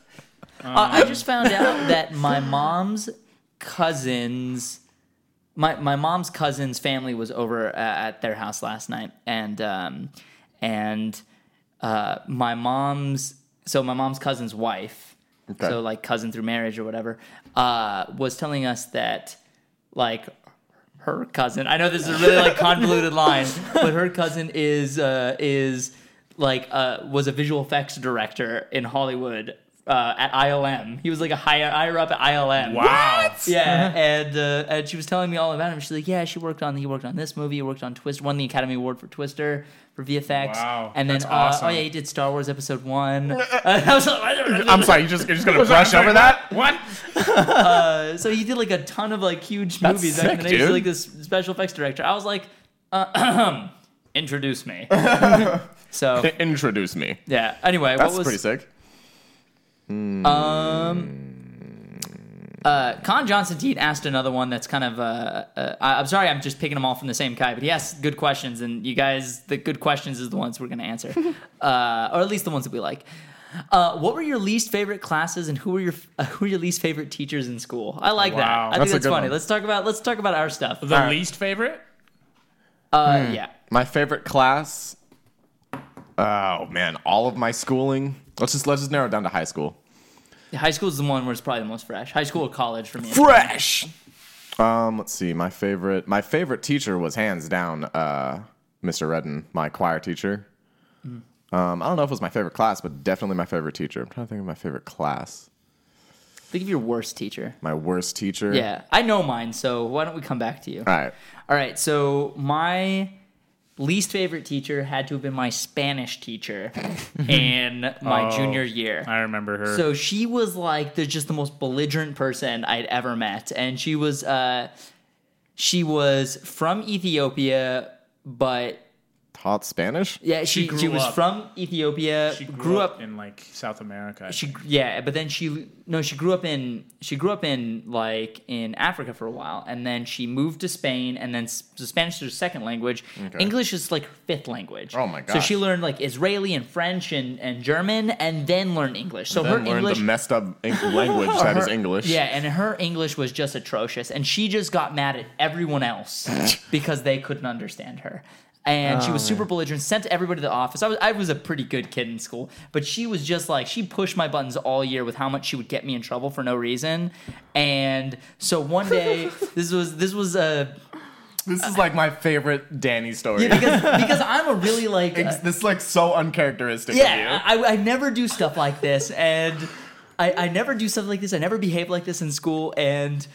Um, Uh, I just found out that my mom's cousins, my my mom's cousin's family was over uh, at their house last night, and um, and uh, my mom's so my mom's cousin's wife, Okay. so like cousin through marriage or whatever, uh, was telling us that like her cousin. I know this is a really like convoluted line, but her cousin is uh, is like uh, was a visual effects director in Hollywood uh, at ILM. He was like a higher higher up at ILM. Wow. Yeah, and uh, and she was telling me all about him. She's like, yeah, she worked on he worked on this movie, he worked on Twister, won the Academy Award for Twister for VFX. Wow, and then that's uh, awesome. oh yeah, he did Star Wars Episode One. Uh, I was like, I'm sorry, you just, you're just going to brush over that? What? so he did like a ton of like huge That's movies back in the sick, day. He's dude. like this special effects director. I was like, uh, introduce me. so Introduce me. yeah. Anyway, That's what was pretty sick. uh, Con Johnson Dean asked another one that's kind of uh, uh, I- I'm sorry, I'm just picking them all from the same guy, but he asked good questions, and you guys, the good questions is the ones we're gonna answer, uh, or at least the ones that we like. Uh, what were your least favorite classes, and who were your uh, who were your least favorite teachers in school? I like Wow. that. I That's a think that's good funny. one. Let's talk about let's talk about our stuff. The Alright. Hmm. least favorite? uh, yeah. My favorite class. Oh man, all of my schooling. Let's just let's just narrow it down to high school. High school is the one where it's probably the most fresh. High school or college for me. Fresh. Um, let's see. My favorite my favorite teacher was hands down uh, Mr. Redden, my choir teacher. Um, I don't know if it was my favorite class, but definitely my favorite teacher. I'm trying to think of my favorite class. Think of your worst teacher. My worst teacher. Yeah, I know mine, so why don't we come back to you? All right. All right, so my least favorite teacher had to have been my Spanish teacher in my Oh, junior year. I remember her. So she was like the just the most belligerent person I'd ever met, and she was uh, she was from Ethiopia, but Taught Spanish. yeah, she she, grew was up- from Ethiopia, she grew, up, in like South America. I she think. yeah, but then she no, she grew up in she grew up in like in Africa for a while, and then she moved to Spain, and then s- so Spanish is her second language. English is like her fifth language. Oh my So gosh. she learned like Israeli and French and, and German, and then learned English. So her Then learned English the messed up en- language that is English. yeah, and her English was just atrocious, and she just got mad at everyone else because they couldn't understand her. And Oh, she was super belligerent, sent everybody to the office. I was, I was a pretty good kid in school, but she was just like, she pushed my buttons all year with how much she would get me in trouble for no reason. And so one day, this was, this was uh, a, This is like my favorite Danny story. because, because I'm a really like, Ex- this is like so uncharacteristic Yeah, of you. I, I never do stuff like this, and I, I never do stuff like this. I never behave like this in school, and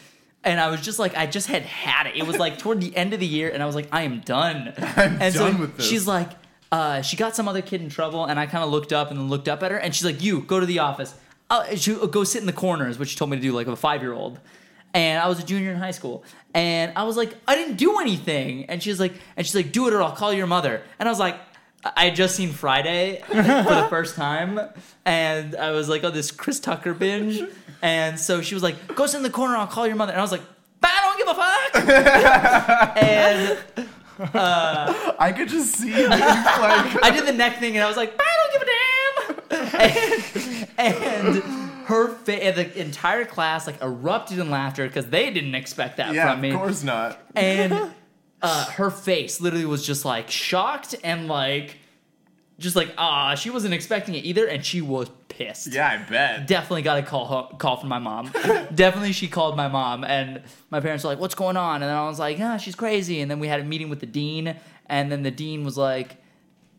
and I was just like, I just had had it. It was like toward the end of the year, and I was like, I am done. I'm and done with this. She's like, uh, she got some other kid in trouble, and I kind of looked up and then looked up at her, and she's like, you go to the office. Uh, she go sit in the corner is what she told me to do, like a five year old. And I was a junior in high school, and I was like, I didn't do anything. And she's like, and she's like, do it or I'll call your mother. And I was like. I I had just seen Friday for the first time, and I was like, "Oh, this Chris Tucker binge." And so she was like, "Go sit in the corner. I'll call your mother." And I was like, "But "I don't give a fuck." and I could just see you like I did the neck thing, and I was like, "But "I don't give a damn." And, and her fa- and the entire class like erupted in laughter because they didn't expect that Yeah, from me. of course not. and uh, her face literally was just like shocked and like just like ah she wasn't expecting it either and she was pissed Yeah, I bet. definitely got a call ho- call from my mom definitely she called my mom and my parents were like what's going on and then i was like ah she's crazy and then we had a meeting with the dean and then the dean was like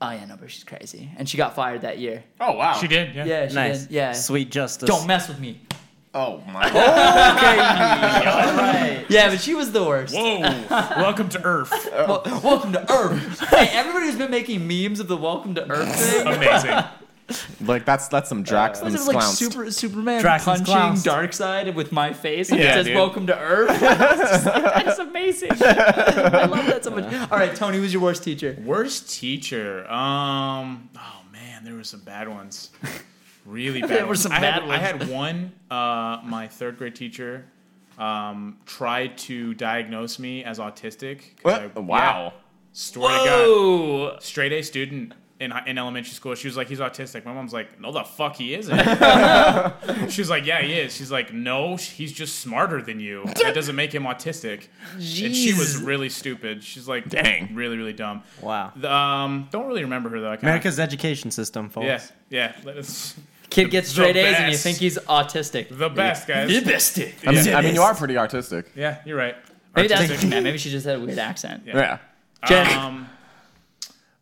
oh yeah no but she's crazy and she got fired that year Oh wow. She did. Yeah. yeah she Nice. did. yeah Sweet justice. don't mess with me Oh my. god. yeah but she was the worst Whoa! Welcome to Earth. Wel- welcome to earth hey everybody who's been making memes of the welcome to earth thing Amazing. like that's that's some Drax and Was it like Sclounced. super, Superman Drax and punching Sclounced. Dark Side with my face and it Yeah, says dude. "Welcome to Earth"? It's just like, that is amazing. I love that so much. All right, Tony, who's your worst teacher? Worst teacher. Um. Oh man, there were some bad ones. Really bad. There were ones. some I bad had, ones. I had one. Uh, my third grade teacher um, tried to diagnose me as autistic. 'cause I- What? wow. yeah, swear to Oh, God, straight A student. In, hi- in elementary school, she was like, "He's autistic." My mom's like, "No, the fuck he isn't." She's like, "Yeah, he is." She's like, "No, he's just smarter than you. That doesn't make him autistic." And she was Jeez. really stupid. She's like, Dang. really, really dumb." Wow. The, um, don't really remember her though. I kinda- America's education system, folks. yeah, yeah. Let us, kid gets The straight A's and you best. think he's autistic. the best guys. best. I mean, Yeah. I mean, you are pretty artistic. Yeah, you're right. Maybe that's Artistic. man. Maybe she just had a weird accent. Yeah. Jen. Um,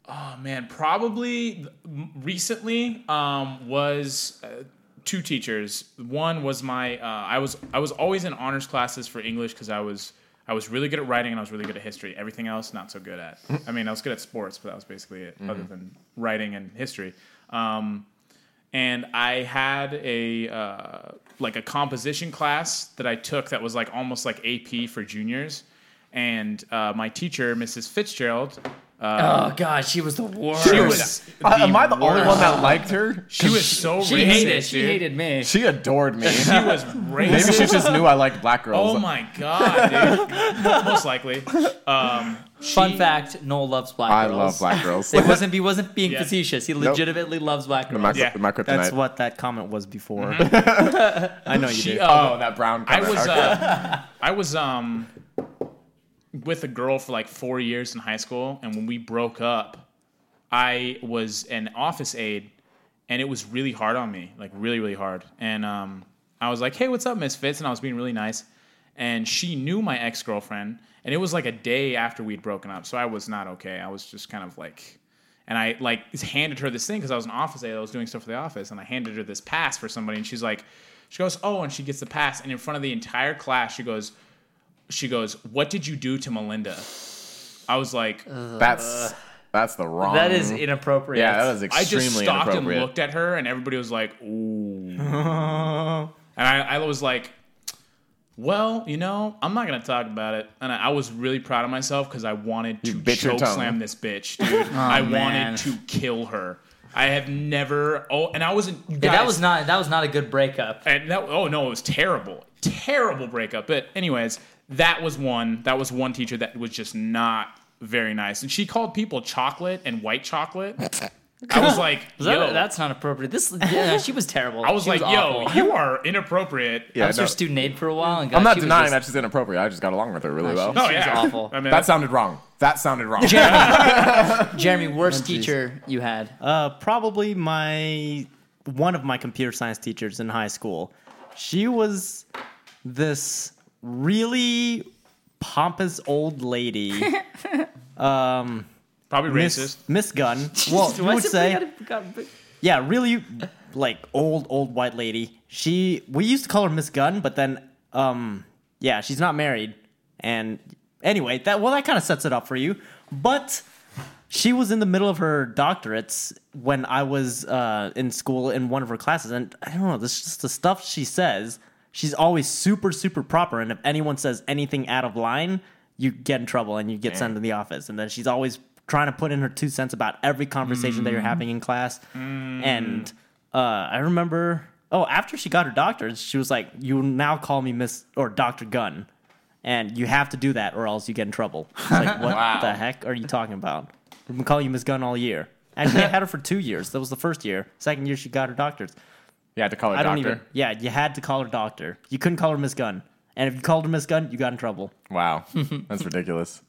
oh man, probably m- recently um, was uh, two teachers. One was my uh, I was I was always in honors classes for English because I was I was really good at writing and I was really good at history. Everything else not so good at. I mean, I was good at sports, but that was basically it, other than writing and history. Um, and I had a uh, like a composition class that I took that was like almost like AP for juniors. And uh, my teacher, Mrs. Fitzgerald, oh god, she was the worst. she Dude, was Uh, am I the worst. only one that liked her? She was so She racist. hated. She dude. hated me. She adored me. She was racist. Maybe she just knew I liked black girls. oh my god, dude. Most likely. Um, Fun she- fact: Noel loves black I girls. love black girls. It wasn't. He wasn't being Yeah. facetious. He legitimately loves black girls. my, Yeah. my kryptonite. That's what that comment was before. Mm-hmm. I know you She, do. uh, oh, that brown. I color. was Okay. uh, I was um with a girl for like four years in high school, and when we broke up, I was an office aide, and it was really hard on me, like really, really hard. And um, I was like, "Hey, what's up, Misfits?" And I was being really nice, and she knew my ex girlfriend, and it was like a day after we'd broken up, so I was not okay. I was just kind of like. And I like just handed her this thing because I was an office aide. I was doing stuff for the office, and I handed her this pass for somebody, and she's like, she goes, "Oh," and she gets the pass, and in front of the entire class, she goes, she goes, "What did you do to Melinda?" I was like, That's that's the wrong. That is inappropriate. yeah, that was I extremely just stopped and inappropriate. looked at her, and everybody was like, "Ooh," and I, I was like, "Well, you know, I'm not gonna talk about it." And I, I was really proud of myself because I wanted to bit your choke tongue. Oh, slam this bitch, dude. I man. wanted to kill her. I have never. Oh, and I wasn't. you Yeah, that guys- was not that was not a good breakup. and that oh no, it was terrible, terrible breakup. But anyways, that was one. That was one teacher that was just not very nice, and she called people chocolate and white chocolate. I was like, Was that- yo, that's not appropriate. This yeah, she was terrible. I was like, yo, awful. you are inappropriate. Yeah, I was no. her student aid for a while. And God, I'm not she was denying just- that's just inappropriate. I just got along with her really well. No, Oh She was yeah, awful. I mean, That sounded wrong. That sounded wrong. Jeremy, worst teacher you had. Uh, probably my one of my computer science teachers in high school. She was this really pompous old lady, probably Miss racist. Miss Gunn. Well, you Why would is it say, we got a- got- yeah, really like old old white lady. She we used to call her Miss Gunn, but then um, yeah, she's not married. And anyway, that well that kind of sets it up for you, but. she was in the middle of her doctorates when I was uh, in school in one of her classes, and I don't know. This is just the stuff she says. She's always super, super proper, and if anyone says anything out of line, you get in trouble and you get sent to the office. And then she's always trying to put in her two cents about every conversation that you're having in class. And Mm-hmm. uh, I remember, oh, after she got her doctorate, she was like, "You now call me Miss or Doctor Gunn." And you have to do that, or else you get in trouble. It's like, what the heck are you talking about? We've been calling you Miss Gunn all year. Actually, I had her for two years. That was the first year. Second year, she got her doctor's. You had to call her I don't doctor. even. Yeah, you had to call her doctor. You couldn't call her Miss Gunn. And if you called her Miss Gunn, you got in trouble. Wow, that's ridiculous.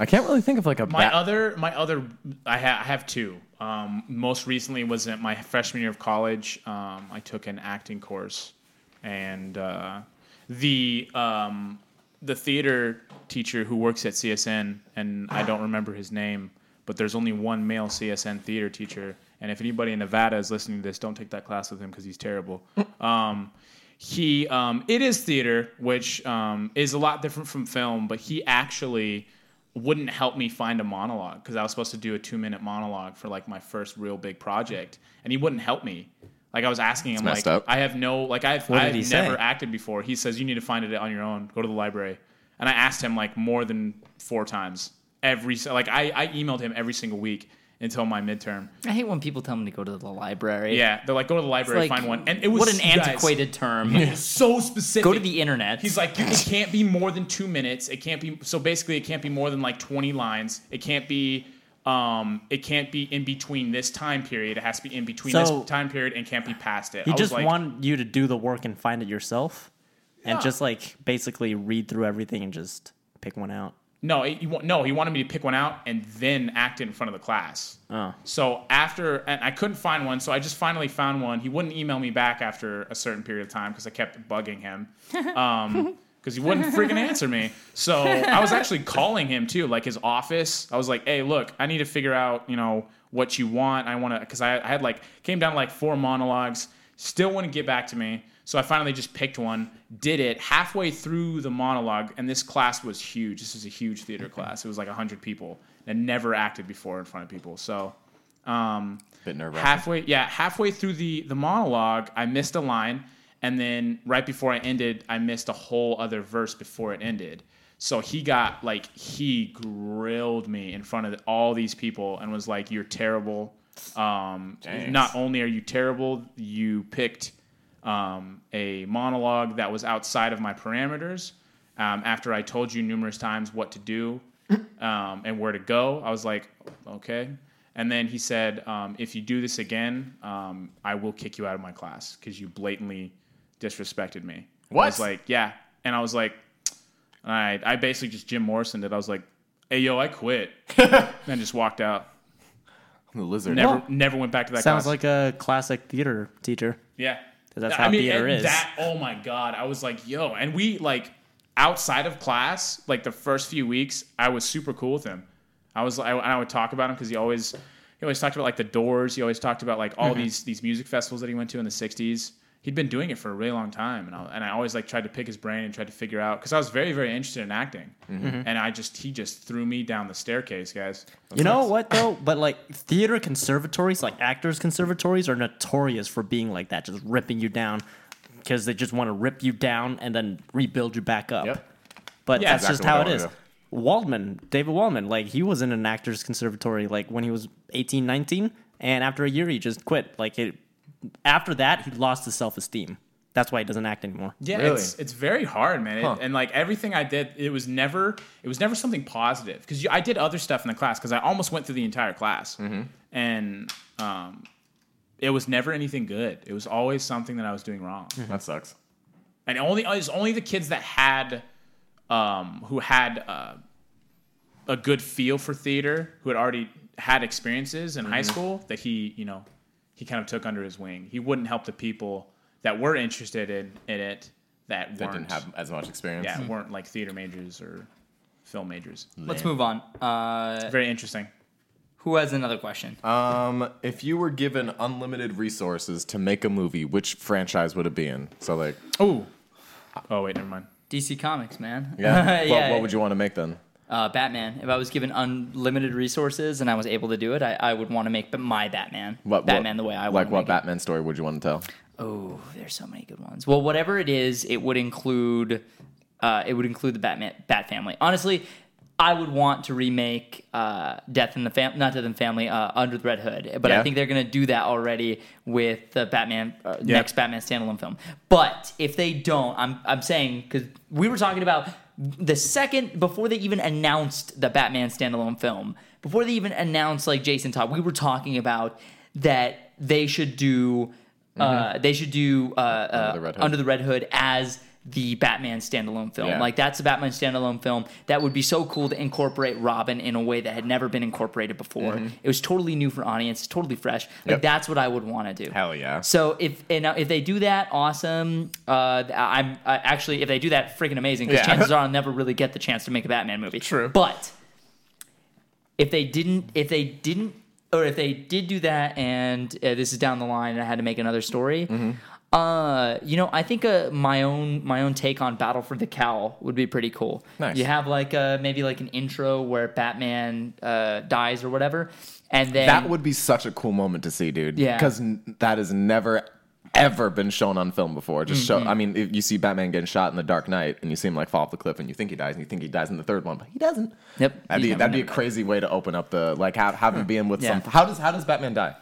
I can't really think of like a My bad. other, my other, I, ha- I have two. Um, most recently was at my freshman year of college. Um, I took an acting course, and uh, the um, the theater teacher who works at CSN, and I don't remember his name, but there's only one male CSN theater teacher. And if anybody in Nevada is listening to this, don't take that class with him because he's terrible. Um, he, um, it is theater, which um, is a lot different from film, but he actually wouldn't help me find a monologue because I was supposed to do a two minute monologue for like my first real big project, and he wouldn't help me. Like I was asking him, messed like up. I have no, like I've, What did I've he never say? acted before. He says you need to find it on your own. Go to the library. And I asked him like more than four times every si- like I, I emailed him every single week until my midterm. I hate when people tell me to go to the library. Yeah, they're like go to the It's library, like, find one, and it was what an you guys, antiquated term. so specific. Go to the internet. He's like, you, it can't be more than two minutes. It can't be so basically, it can't be more than like twenty lines. It can't be, um, it can't be in between this time period. It has to be in between So- this time period and can't be past it. He I just was like, wanted you to do the work and find it yourself, and Yeah. just like basically read through everything and just pick one out. No, he, he wa- no, he wanted me to pick one out and then act it in front of the class. Oh. So after, and I couldn't find one, so I just finally found one. He wouldn't email me back after a certain period of time because I kept bugging him. Um, because he wouldn't freaking answer me. So I was actually calling him too, like his office. I was like, "Hey, look, I need to figure out, you know, what you want. I want to, because I, I had like came down to like four monologues, still wouldn't get back to me. So I finally just picked one, did it halfway through the monologue, and this class was huge. This was a huge theater class. It was like hundred people, and I never acted before in front of people. So um, Bit nerve-wracking. halfway, yeah, halfway through the the monologue, I missed a line, and then right before I ended, I missed a whole other verse before it ended. So he got like he grilled me in front of all these people and was like, "You're terrible. Um, Dang. not only are you terrible, you picked um, a monologue that was outside of my parameters. Um, after I told you numerous times what to do um, and where to go, I was like, okay. And then he said, um, if you do this again, um, I will kick you out of my class because you blatantly disrespected me. I was What? like, yeah. And I was like, and I, I basically just Jim Morrison did. I was like, hey, yo, I quit. and just walked out. The lizard. Never, Well, never went back to that. Sounds class. like a classic theater teacher. Yeah. 'Cause that's I how mean, theater and is. That, oh my God. I was like, yo. And we, like, outside of class, like the first few weeks, I was super cool with him. I was, I, and I would talk about him because he always, he always talked about like the doors. He always talked about like Mm-hmm. all these, these music festivals that he went to in the 60s. He'd been doing it for a really long time. And I, and I always like tried to pick his brain and tried to figure out because I was very, very interested in acting. Mm-hmm. And I just, he just threw me down the staircase, guys. you know what though? But like theater conservatories, like actors conservatories, are notorious for being like that, just ripping you down because they just want to rip you down and then rebuild you back up. Yep. But Yeah, that's exactly just what I how it wanna is. do. Waldman, David Waldman, like he was in an actors conservatory like when he was 18, 19, and after a year he just quit. Like it, after that he lost his self-esteem. That's why he doesn't act anymore. Yeah, Really? it's it's very hard, man. It- Huh. and like everything I did, it was never it was never something positive because I did other stuff in the class because I almost went through the entire class, Mm-hmm. and um, it was never anything good. It was always something that I was doing wrong. That sucks. And only it was only the kids that had, um, who had uh, a good feel for theater, who had already had experiences in high Mm-hmm. school, that he you know he kind of took under his wing. He wouldn't help the people that were interested in, in it. That, That weren't didn't have as much Mm-hmm. experience. yeah, weren't like theater majors or film majors. Mm-hmm. Let's move on. Uh, Very interesting. who has another question? Um, if you were given unlimited resources to make a movie, which franchise would it be in? So like, Oh, oh wait, never mind. DC Comics, man. yeah, yeah. what, what would you want to make then? Uh, Batman. If I was given unlimited resources and I was able to do it, I, I would want to make my Batman. What what- Batman the way I want like. to What make it. Batman story would you want to tell? Oh, there's so many good ones. Well, whatever it is, it would include uh, it would include the Batman Bat Family. Honestly, I would want to remake uh, Death in the Fam, not Death in the Family, uh, Under the Red Hood. But I Yeah. think they're going to do that already with the Batman uh, Yeah. next Batman standalone film. But if they don't, I'm I'm saying because we were talking about the second before they even announced the Batman standalone film, before they even announced like Jason Todd, we were talking about that they should do uh, they should do uh, uh, Mm-hmm. the Red Hood. under the Red Hood as the Batman standalone film. Yeah. Like that's a Batman standalone film that would be so cool to incorporate Robin in a way that had never been incorporated before. It was totally new for audience, totally fresh. Like Mm-hmm. Yep. that's what I would want to do. Hell yeah. So if and uh, if they do that, awesome. Uh, th- I'm uh, actually if they do that, freaking amazing. Because Yeah. chances are I'll never really get the chance to make a Batman movie. True. But if they didn't, if they didn't, or if they did do that, and uh, this is down the line, and I had to make another story. Mm-hmm. Uh, you know, I think uh, my own my own take on Battle for the Cowl would be pretty cool. Nice. You have like uh maybe like an intro where Batman uh, dies or whatever, and then That would be such a cool moment to see, dude. Yeah. because that has never ever been shown on film before. Just Mm-hmm. show. I mean, if you see Batman getting shot in the Dark Knight, and you see him like fall off the cliff, and you think he dies, and you think he dies in the third one, but he doesn't. Yep. That'd He's be never- that'd be a never died. crazy way to open up the like have have him being with Yeah. some. How does how does Batman die?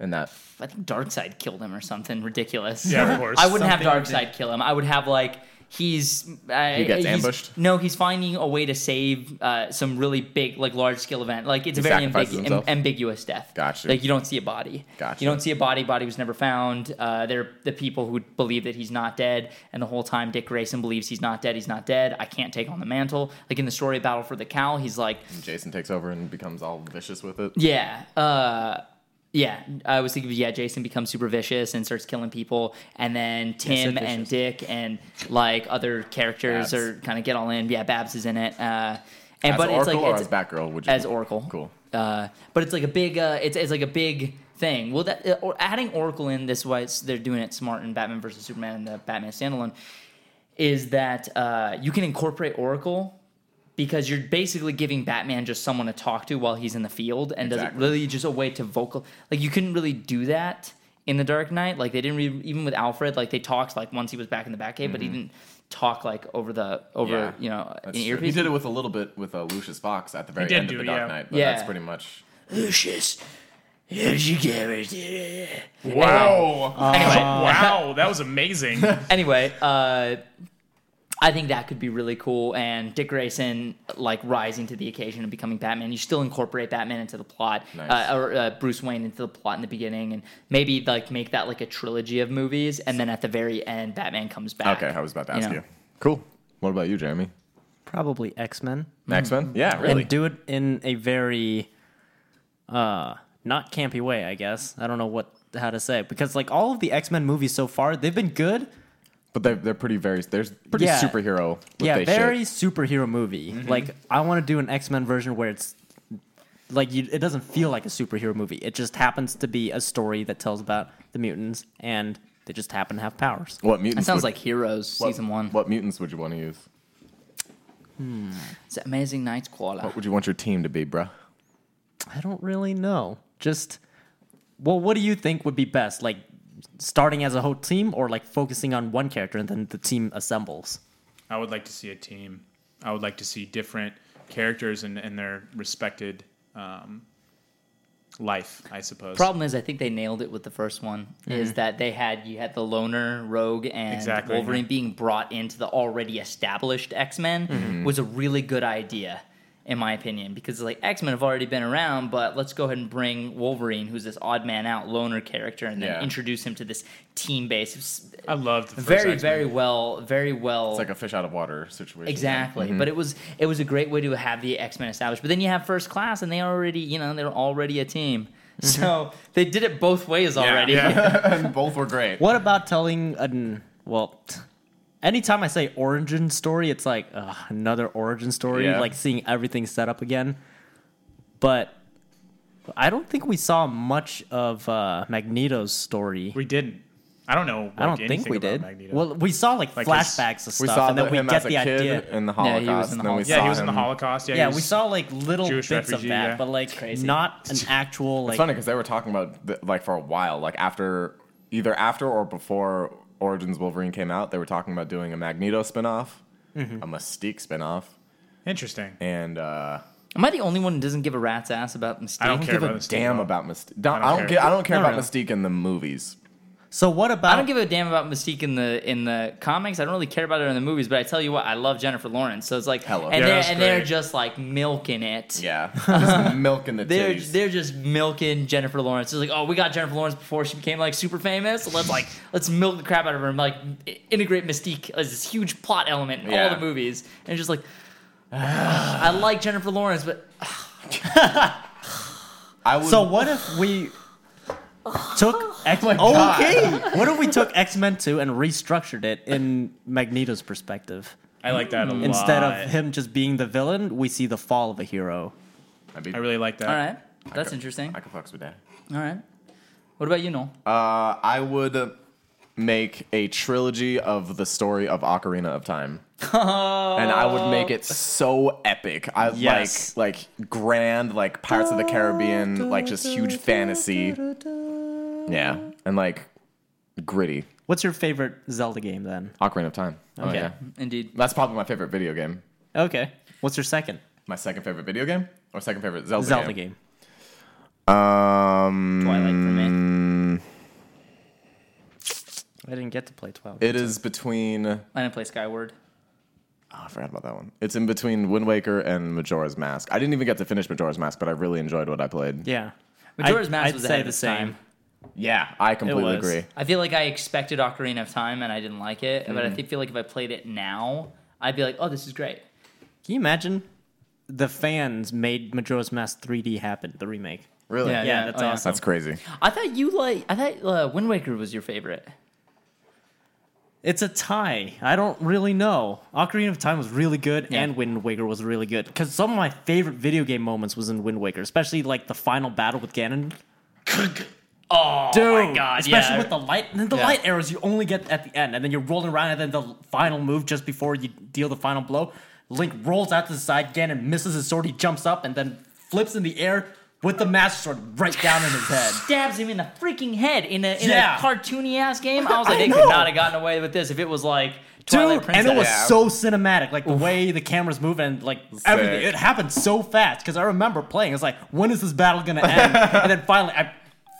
In that, I think Darkseid killed him or something ridiculous. Yeah, of course. I wouldn't have Something Darkseid kill him. I would have like he's uh, He gets he's- ambushed? No, he's finding a way to save uh, some really big, like large scale event. Like it's a He very sacrifices ambigu- am- himself? ambiguous death. Gotcha. Like you don't see a body. Gotcha. You don't see a body. Body was never found. Uh, there are the people who believe that he's not dead, and the whole time Dick Grayson believes he's not dead. He's not dead. I can't take on the mantle. Like in the story of Battle for the Cow, he's like, Jason takes over and becomes all vicious with it. yeah. Uh, yeah. I was thinking, yeah, Jason becomes super vicious and starts killing people. And then Tim said and Dick and like other characters Babs. are kind of get all in. Yeah, Babs is in it. Uh, and As but Oracle it's like or it's, as Batgirl, would you as Oracle. Cool. Uh, but it's like a big. Uh, it's it's like a big thing. Well, that uh, or adding Oracle in this way, it's, they're doing it smart in Batman versus Superman and the Batman standalone. Is that uh, you can incorporate Oracle because you're basically giving Batman just someone to talk to while he's in the field, and doesn't Exactly. really just a way to vocal. Like you couldn't really do that in the Dark Knight. Like they didn't re- even with Alfred. Like they talked like once he was back in the Batcave, but he didn't talk like over the over Mm-hmm. Yeah. you know an That's true. earpiece. He did it with a little bit with uh, Lucius Fox at the very did end do of the it, Dark yeah. Knight, but Yeah. that's pretty much. Lucius, here's your character. Wow! Anyway, wow, that was amazing. anyway, uh, I think that could be really cool. And Dick Grayson, like rising to the occasion and becoming Batman, you still incorporate Batman into the plot, Nice. uh, or uh, Bruce Wayne into the plot in the beginning, and maybe like make that like a trilogy of movies, and then at the very end, Batman comes back. Okay, I was about to ask know. you. Cool. What about you, Jeremy? Probably X Men. Mm-hmm. X Men? Yeah, really. and do it in a very uh not campy way, I guess. I don't know what how to say it. because like all of the X Men movies so far, they've been good. But they're, they're pretty very they're pretty Yeah. superhero. With yeah, they very Shit. superhero movie. Like I want to do an X Men version where it's like you, it doesn't feel like a superhero movie. It just happens to be a story that tells about the mutants and they just happen to have powers. What mutants? That sounds would- like Heroes what- season one. What mutants would you want to use? It's Amazing Knights Koala. What would you want your team to be, bruh? I don't really know. Just well, what do you think would be best? Like starting as a whole team or like focusing on one character and then the team assembles? I would like to see a team. I would like to see different characters and, and their respected um, life, I suppose. Problem is, I think they nailed it with the first one. Is that they had you had the loner, rogue, and Exactly, Wolverine yeah. being brought into the already established X Men was a really good idea, in my opinion, because like X Men have already been around, but let's go ahead and bring Wolverine, who's this odd man out loner character, and then Yeah. introduce him to this team base. I loved the first Very, X-Men. very well, very well. It's like a fish out of water situation. Exactly, Mm-hmm. but it was it was a great way to have the X Men established. But then you have First Class, and they already you know they're already a team, so they did it both ways already. Mm-hmm. Yeah. and both were great. What about telling an well? t- Anytime I say origin story, it's like ugh, another origin story, Yeah. like seeing everything set up again. But I don't think we saw much of uh, Magneto's story. We didn't. I don't know. Like, I don't think anything we about did. Magneto. Well, we saw like, Like his- flashbacks of We stuff, saw and then the, we him get as a the kid idea. in the Yeah, Holocaust. he was in the and then we Holocaust. saw yeah, he was in the him- Holocaust. Yeah, he yeah, was- we saw like little Jewish bits refugee, of that, yeah. but like crazy. not an actual like. It's funny because they were talking about th- like for a while, like after either after or before Origins Wolverine came out, they were talking about doing a Magneto spinoff, Mm-hmm. a Mystique spinoff, Interesting. and uh, Am I the only one who doesn't give a rat's ass about Mystique? I don't care give about a this damn team. about Mystique. Don't- I don't don't, care. care. I don't care No, about no. Mystique in the movies. So what about? I don't give a damn about Mystique in the in the comics. I don't really care about her in the movies, but I tell you what, I love Jennifer Lawrence. So it's like, Hello. and Yeah, they're that's and they're great. just like milking it. Yeah, just milking the They're, titties. they're just milking Jennifer Lawrence. It's like, oh, we got Jennifer Lawrence before she became like super famous. So let's like let's milk the crap out of her and like i- integrate Mystique as this huge plot element in Yeah. all the movies. And just like, I like Jennifer Lawrence, but I would. So what if we took X Men? okay. What if we took X Men Two and restructured it in Magneto's perspective? I like that a lot. Instead of him just being the villain, we see the fall of a hero. I'd be, I really like that. all right, that's could- interesting. I could fucks with that. All right, what about you, Noel? Uh, I would make a trilogy of the story of Ocarina of Time. and I would make it so epic. I Yes. like like grand, like Pirates of the Caribbean, like just huge fantasy. Yeah. And like gritty. What's your favorite Zelda game then? Ocarina of Time. Oh Okay. yeah. Indeed, That's probably my favorite video game. Okay. What's your second My second favorite video game? Or second favorite Zelda, Zelda game? game? Um Twilight for me. I didn't get to play twelve. It is between oh, I didn't play Skyward. I forgot about that one. It's in between Wind Waker and Majora's Mask. I didn't even get to finish Majora's Mask, but I really enjoyed what I played. yeah. Majora's I'd- Mask I'd was say ahead of the its time. same. Yeah, I completely was. agree. I feel like I expected Ocarina of Time and I didn't like it, but I thi- feel like if I played it now, I'd be like, oh, this is great. Can you imagine? The fans made Majora's Mask 3D happen. The remake. Really? Yeah, Yeah, that's oh, yeah. awesome. That's crazy. I thought you like. I thought uh, Wind Waker was your favorite. It's a tie. I don't really know. Ocarina of Time was really good, Yeah. and Wind Waker was really good. Because some of my favorite video game moments was in Wind Waker, especially like the final battle with Ganon. Oh my god! especially yeah. with the light. And then the Yeah. light arrows you only get at the end, and then you're rolling around, and then the final move just before you deal the final blow. Link rolls out to the side, Ganon misses his sword, he jumps up, and then flips in the air with the Master Sword right down in his head. stabs him in the freaking head in a in Yeah. a cartoony ass game. I was I like, they know. could not have gotten away with this if it was like Twilight Dude, Princess. and it was Yeah. so cinematic, like the way the cameras move and like everything. It happened so fast because I remember playing. It's like, when is this battle gonna end? and then finally, I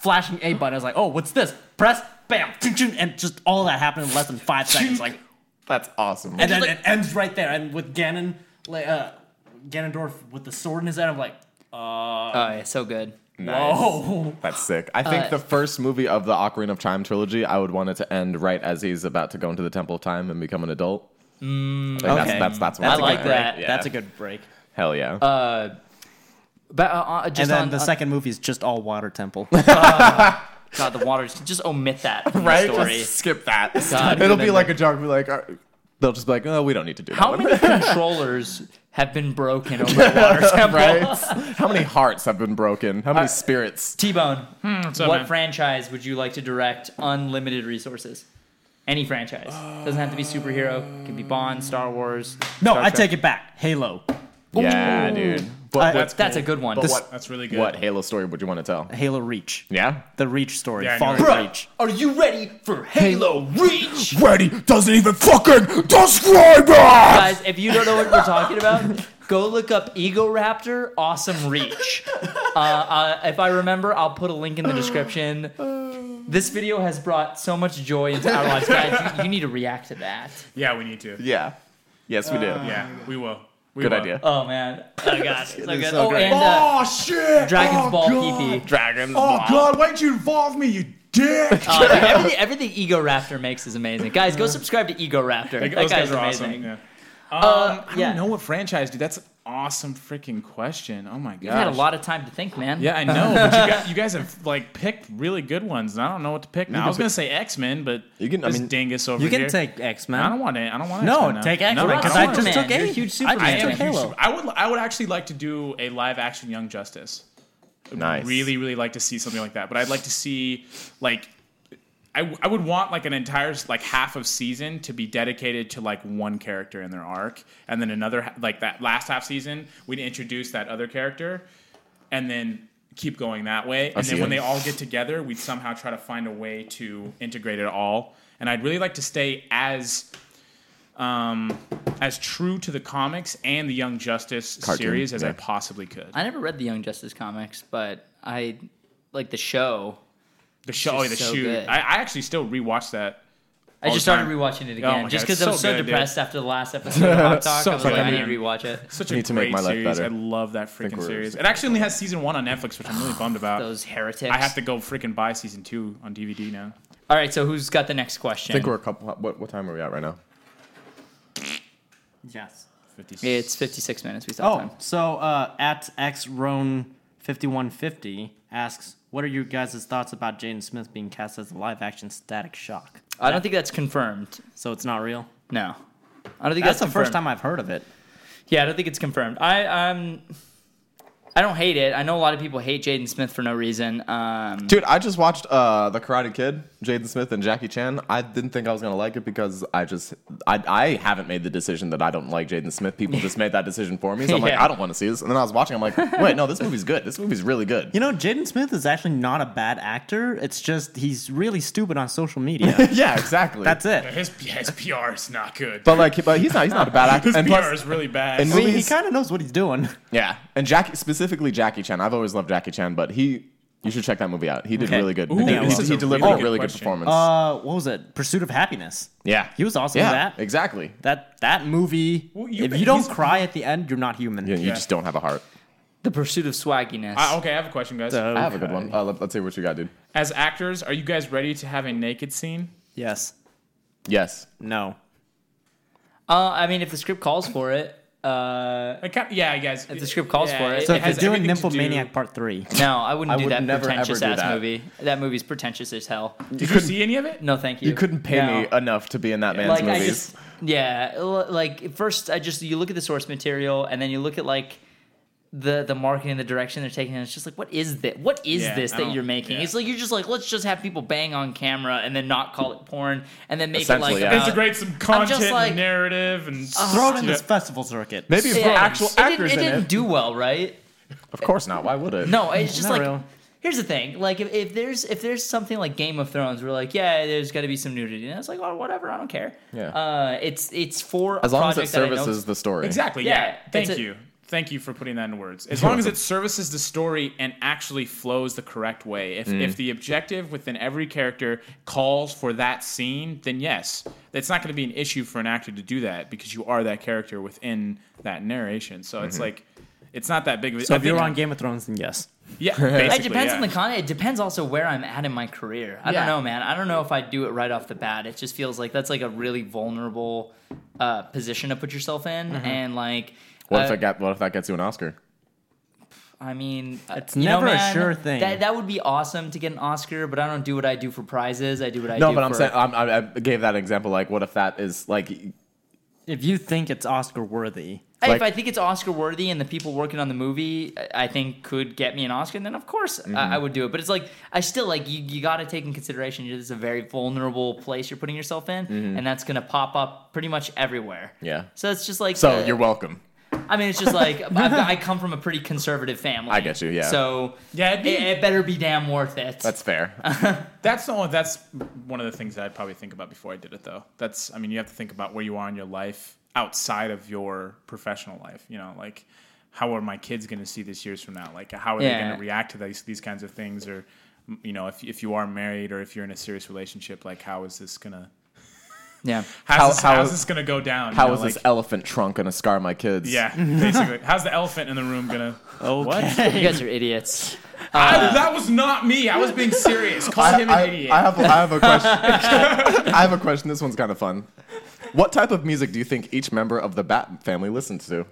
flashing a button. I was like, oh, what's this? Press, bam, ching, ching, and just all that happened in less than five seconds. Like, That's awesome. and then like- it ends right there. And with Ganon, like uh, Ganondorf with the sword in his hand, I'm like, Oh, yeah, so good. Nice. oh, That's sick. I think Uh, the first movie of the Ocarina of Time trilogy, I would want it to end right as he's about to go into the Temple of Time and become an adult. I think okay. that's, that's, that's what Mm, I I'm like thinking. that. Yeah. that's a good break. Hell yeah. Uh, But uh, uh, just and then on, the on- second movie is just all water temple. God, the waters. Just omit that from right? the story. Just skip that. God. It'll be like a joke. Be like, uh, they'll just be like, oh, we don't need to do How that. many controllers have been broken over the water temple? Right? How many hearts have been broken? How many spirits? T-Bone, up, what man? franchise would you like to direct unlimited resources? Any franchise. Doesn't have to be superhero. Could be Bond, Star Wars. no, Star I Trek. take it back. Halo. Yeah, dude. But, I- what, That's a good one. but This- what, That's really good. What Halo story would you want to tell? Halo Reach. Yeah. The Reach story. Yeah, I know Fallen it. Bruh, Reach. are you ready for Halo Reach? Ready doesn't even fucking describe it. Guys, if you don't know what we're talking about, go look up Ego Raptor Awesome Reach. Uh, uh, if I remember, I'll put a link in the description. This video has brought so much joy into our lives. Guys, you, you need to react to that. Yeah, we need to. Yeah. Yes, we do. Yeah, we will. We Good will. idea. Oh, man. Oh, God. So good. so oh, great. and uh, shit! Oh, Dragon's Ball God. Oh, PP. Dragon. why'd you involve me, you dick? Uh, everything, everything Ego Raptor makes is amazing. Guys, go subscribe to Ego Raptor. that Like, guy's those guys are amazing. awesome. Yeah. Uh, I yeah. don't know what franchise, dude. That's an awesome freaking question. Oh my god. You had a lot of time to think, man. Yeah, I know. but you, guys, you guys have like picked really good ones, and I don't know what to pick now. I was gonna say X Men, but You can- I this mean- dingus over You can here- take X I don't Men. want it. I don't want. No, X-Men now. take X-Men, No, I 'cause don't I want just it. took You're a eight. huge I Superman. just I am took a huge Halo. super- I would. I would actually like to do a live action Young Justice. Nice. really really like to see something like that but i'd like to see like I, I would want like an entire like half of season to be dedicated to like one character in their arc and then another ha- like that last half season we'd introduce that other character and then keep going that way and see then when it. they all get together we'd somehow try to find a way to integrate it all and i'd really like to stay as um as true to the comics and the young justice Cartoon, series as yeah. i possibly could I never read the Young Justice comics, but I like the show. The show, oh, just the so shoot. good. I, I actually still rewatch that. I all just the started time. rewatching it Oh again, my just God, it's because I was so so good, dude. depressed after the last episode of Hot Talk. So I was like, funny, I need to man. rewatch it. Such a Need to great make my life series. better. I love that freaking we're- series. It actually only has season one on Netflix, which I'm really bummed about. Those heretics. I have to go freaking buy season two on DVD now. All right, so who's got the next question? I think we're a couple. What, what time are we at right now? Yes. 56. it's 56 minutes. We still have Oh, time. so uh, at xrone5150 asks, what are your guys' thoughts about Jaden Smith being cast as a live action Static Shock? I don't think that's confirmed. So it's not real. No. I don't think That's that's, the confirmed. first time I've heard of it. Yeah, I don't think it's confirmed. I um, I don't hate it. I know a lot of people hate Jaden Smith for no reason. Um, Dude, I just watched uh, The Karate Kid, Jaden Smith and Jackie Chan. I didn't think I was gonna like it because I just I, I haven't made the decision that I don't like Jaden Smith. People just made that decision for me. So I'm like, Yeah. I don't want to see this. And then I was watching. I'm like, wait, no, this movie's good. This movie's really good. You know, Jaden Smith is actually not a bad actor. It's just he's really stupid on social media. yeah, exactly. That's it. His, his PR is not good. but like, but he's not he's not a bad actor. his PR And plus, is really bad. and I mean, he movies- kind of knows what he's doing. yeah, and Jackie specifically Jackie Chan. I've always loved Jackie Chan, but he you should check that movie out. He did Okay. really good. Ooh, he, did- yeah, he- well, that's he a delivered really a good really good, question. performance. Uh, what was it? Pursuit of Happiness. yeah, he was awesome in Yeah, that. exactly. That that movie. Well, you- if you don't he's- cry at the end, you're not human. You, you just don't have a heart. the pursuit of swagginess. I, okay, I have a question, guys. So- I have a good one. Uh, let, let's hear what you got, dude. As actors, are you guys ready to have a naked scene? Yes. Yes. No. Uh, I mean, if the script calls for it, uh, Like, kind- yeah, guys. the script calls for it. So It if has you're doing everything to do- Nymphomaniac Part Three, no, I wouldn't I do would that never, ever pretentious do ass that. movie. That movie's pretentious as hell. Did you see any of it? No, thank you. You couldn't pay No. me enough to be in that man's like movies. I just yeah, l- like first I just you look at the source material and then you look at like the the marketing, the direction they're taking, and it's just like, what is this? What is Yeah, this I that don't- you're making? yeah. It's like you're just like, let's just have people bang on camera and then not call it porn and then make it Essentially, like yeah. about- Integrate some I'm just content, and like- uh, narrative, and throw it in Yeah. this festival circuit. Maybe if Yeah. there were actual It didn't- actors It, in didn't it. do well, right? Of course not. Why would it? No, it's just Not like real. here's the thing. Like if, if there's if there's something like Game of Thrones, we're like, yeah, there's got to be some nudity, and it's like, oh, whatever, I don't care. Yeah. Uh, it's it's for a As long as it project that I know- services the story. Exactly. Yeah, Yeah. it's Thank a- you. Thank you for putting that in words. As long as it services the story and actually flows the correct way. If, Mm. if the objective within every character calls for that scene, then yes, it's not going to be an issue for an actor to do that because you are that character within that narration. So Mm-hmm. it's like, it's not that big of a So I if you're think- on Game of Thrones, then yes. Yeah. It basically, depends yeah. on the con. It depends also where I'm at in my career. I don't Yeah. know, man. I don't know if I do it right off the bat. It just feels like that's like a really vulnerable uh, position to put yourself in, and like What uh, if it got, What if that gets you an Oscar? I mean, uh, It's you know, never a man, sure thing. That, that would be awesome to get an Oscar, but I don't do what I do for prizes. I do what I No, do but I'm for- saying I'm, I, I gave that example. Like, what if that is like If you think it's Oscar worthy, Hey, Like- if I think it's Oscar worthy and the people working on the movie, I- I think could get me an Oscar, then of course I, I Mm-hmm. would do it. But it's like I still like you. You got to take in consideration this is a very vulnerable place you're putting yourself in, and that's going to pop up pretty much everywhere. Mm-hmm. Yeah. So it's just like so? uh, You're welcome. I mean, it's just like I've, I come from a pretty conservative family. I get you, yeah. So Yeah, it'd be- it, it better be damn worth it. That's fair. That's the only, that's one of the things that I'd probably think about before I did it though. That's I mean you have to think about where you are in your life outside of your professional life. You know, like how are my kids going to see this years from now? Like how are they Yeah. going to react to these these kinds of things? Or m- you know, if if you are married or if you're in a serious relationship, like how is this gonna yeah. how's, How- this, how- how's this gonna go down? How you is know, this like- elephant trunk gonna scar my kids? Yeah, basically, how's the elephant in the room gonna? Uh, okay. You guys are idiots. I- that was not me. I was being serious. Call I, him an I- idiot. I have, I have a question. I have a question. This one's kind of fun. What type of music do you think each member of the Bat family listens to?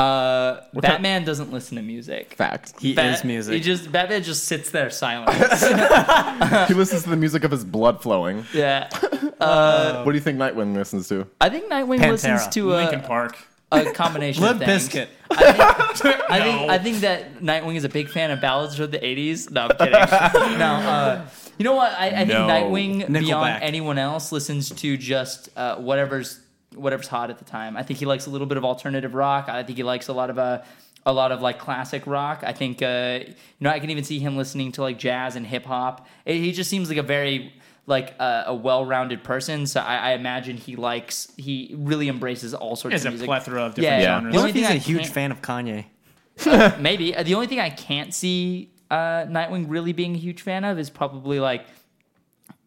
Uh, Batman doesn't listen to music. Fact. He, he Bat- is music. He just Batman just sits there silent. listens to the music of his blood flowing. yeah. Um, what do you think Nightwing listens to? I think Nightwing Pantera. listens to Lincoln a, Park. a combination Limp of things. Biscuit. I think, I think that Nightwing is a big fan of ballads of the 80s. No, I'm kidding. no, uh, you know what? I, I think No. Nightwing, Nickelback. beyond anyone else, listens to just uh, whatever's whatever's hot at the time. I think he likes a little bit of alternative rock. I think he likes a lot of uh, a lot of like classic rock. I think uh, you know I can even see him listening to like jazz and hip hop. It- He just seems like a very like uh, a well-rounded person, so I, I imagine he likes he really embraces all sorts There's of a music. plethora of Yeah, different yeah. genres. The What only if thing he's I a huge can't- fan of Kanye? Maybe Uh, the only thing I can't see uh, Nightwing really being a huge fan of is probably like,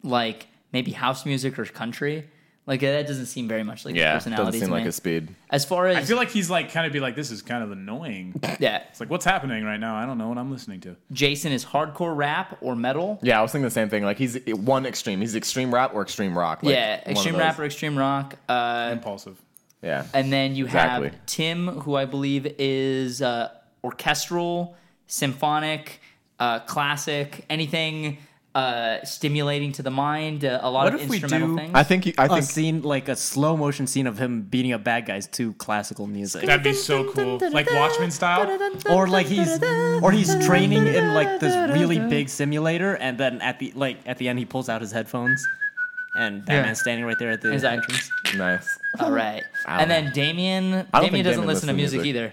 like maybe house music or country. Like uh, that doesn't seem very much like his doesn't personality seem to like me. his speed. as far as I feel like he's like kind of be like, this is kind of annoying. It's yeah, like, what's happening right now? I don't know what I'm listening to. Jason is hardcore rap or metal. Yeah, I was thinking the same thing. Like he's one extreme. He's extreme rap or extreme rock. Like yeah, one of extreme those. rap or extreme rock. Uh, Impulsive. Yeah. and then you Exactly. have Tim, who I believe is uh, orchestral, symphonic, uh, classic, anything uh, stimulating to the mind. Uh, a lot What of if we instrumental do- things. I think. you- Oh, I A think. scene like a slow motion scene of him beating up bad guys to classical music, That'd be so cool. Like Watchmen style. or like he's or he's training in like this really big simulator, and then at the like at the end he pulls out his headphones, and that Yeah. man's standing right there at the Is that- entrance. nice. All right. don't And then Damien I don't Damien think doesn't Damien listen to listens to music, either.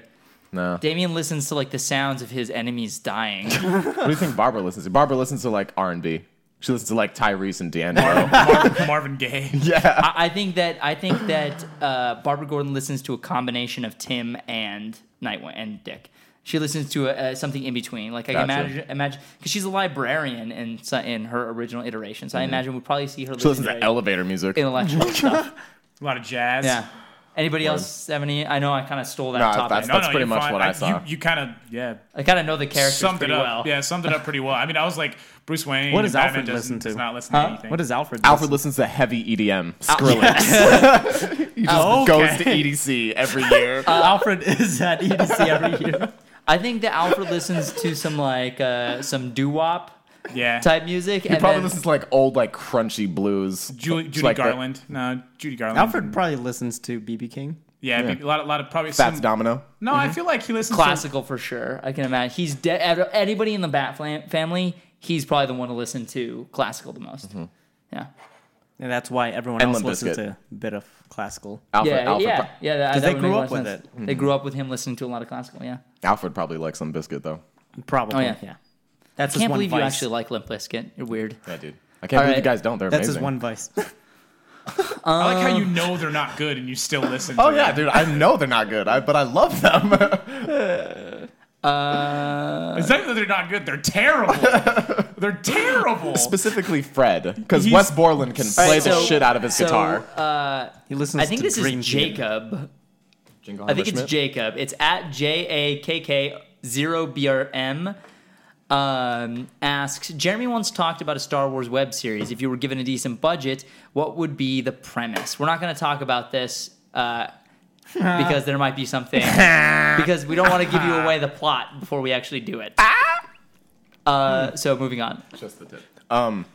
No. Damien listens to like the sounds of his enemies dying. What do you think Barbara listens to? Barbara listens to like R and B. She listens to like Tyrese and D'Angelo. Marvin, Marvin Gaye. yeah. I, I think that I think that uh, Barbara Gordon listens to a combination of Tim and Nightwing and Dick. She listens to a, uh something in between. Like I can Gotcha. imagine, imagine because she's a librarian in so- in her original iteration. So I imagine we'd probably see her Mm-hmm. She listen listens to elevator music. intellectual stuff. A lot of jazz. Yeah. Anybody else have any? I know I kind of stole that No, topic. that's- No, no, pretty you much find- what I saw. You, you kind of yeah I kind of know the characters summed it pretty up. well. Yeah, summed it up pretty well. I mean, I was like Bruce Wayne. What and does Batman Alfred doesn't- listen to? Does not listen to anything. What does Alfred? Alfred listen listens to heavy Oh, EDM. Skrillex. he just Oh, goes to EDC every year. Um, to? Alfred is at EDC every year. I think that Alfred listens to some like uh, some doo wop Yeah. type music. he and probably then- listens to like old, like crunchy blues. Julie, It's Judy like the Garland. No, Judy Garland. Alfred probably listens to BB King. Yeah, I mean, a lot, a lot of probably. Fats some- Domino. no, I feel like he listens to classical for sure. I can imagine he's de- out of anybody in the Bat flam- family. He's probably the one to listen to classical the most. Mm-hmm. Yeah, And that's why everyone And else Limp listens Bizkit. to a bit of classical. Alfred, Mm-hmm. yeah, Alfred, yeah, yeah. That, 'Cause that they would make grew a lot of up with sense. They grew up with him listening to a lot of classical. Yeah, pro- Alfred probably likes some biscuit though. Probably. Oh, yeah. That's his can't one believe vice. you actually like Limp Bizkit. You're weird. Yeah, dude. I can't All believe you right. guys don't. They're That's amazing. his one vice. to. I like how you know they're not good and you still listen. Oh to yeah, it. dude. I know they're not good, I, but I love them. Uh, It's not that they're not good. They're terrible. they're terrible. Specifically Fred, because He's- Wes Borland can play the so- shit out of his so, uh, guitar. He listens. I think to this Dream is Jacob. Jingle I think it's Jacob. It's at J A K K zero B R M. Um, asks Jeremy once talked about a Star Wars web series. If you were given a decent budget, what would be the premise? We're not going to talk about this uh, because there might be something because we don't want to give you away the plot before we actually do it. Ah! Uh, so moving on. Hmm. Just the tip. Um,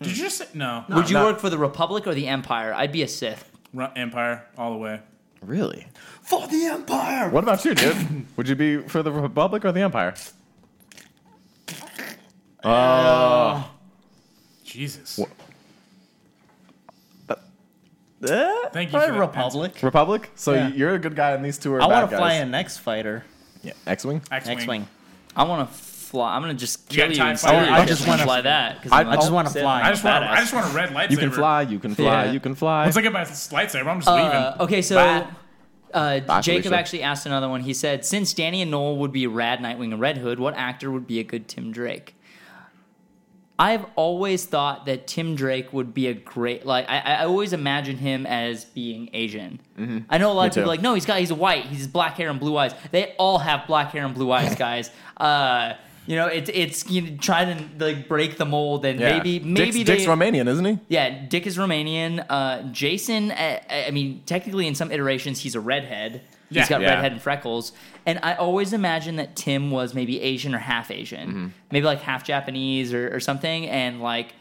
Did you just say no? Would you No. work for the Republic or the Empire? I'd be a Sith. Ru- Empire all the way. really? For the Empire. What about you, dude? Would you be for the Republic or the Empire? Jesus. Thank Thank you for that Republic. Republic. So Yeah. you're a good guy, and these two are. I want to fly an X fighter, Yeah. X-wing. X-wing. X wing. I want to fly. I'm gonna just You got kill you. TIE and fighter? steal you. I I just just want wanna- to fly that. 'cause I- I'm a I I just Sith. want to fly. Oh, I just want. Badass. I just want a red lightsaber. You can fly. You can fly. Yeah. You can fly. Let's look at my lightsaber. I'm just Uh, leaving. okay, so Bye. uh, Bye, Jacob Felicia. actually asked another one. He said, "Since Danny and Noel would be Rad Nightwing and Red Hood, what actor would be a good Tim Drake?" I've always thought that Tim Drake would be a great like. I, I always imagine him as being Asian. I know a lot of Mm-hmm. too. people are like, no, he's got he's white. He's black hair and blue eyes. They all have black hair and blue eyes, guys. Uh, you know, it's it's you know, try to like break the mold and Yeah. maybe Dick's- maybe Dick's they, Romanian, isn't he? yeah, Dick is Romanian. Uh, Jason, I, I mean, technically in some iterations, he's a redhead. Yeah. he's got Yeah. redhead and freckles. And I always imagined that Tim was maybe Asian or half Asian, Mm-hmm. maybe like half Japanese or, or something. And like,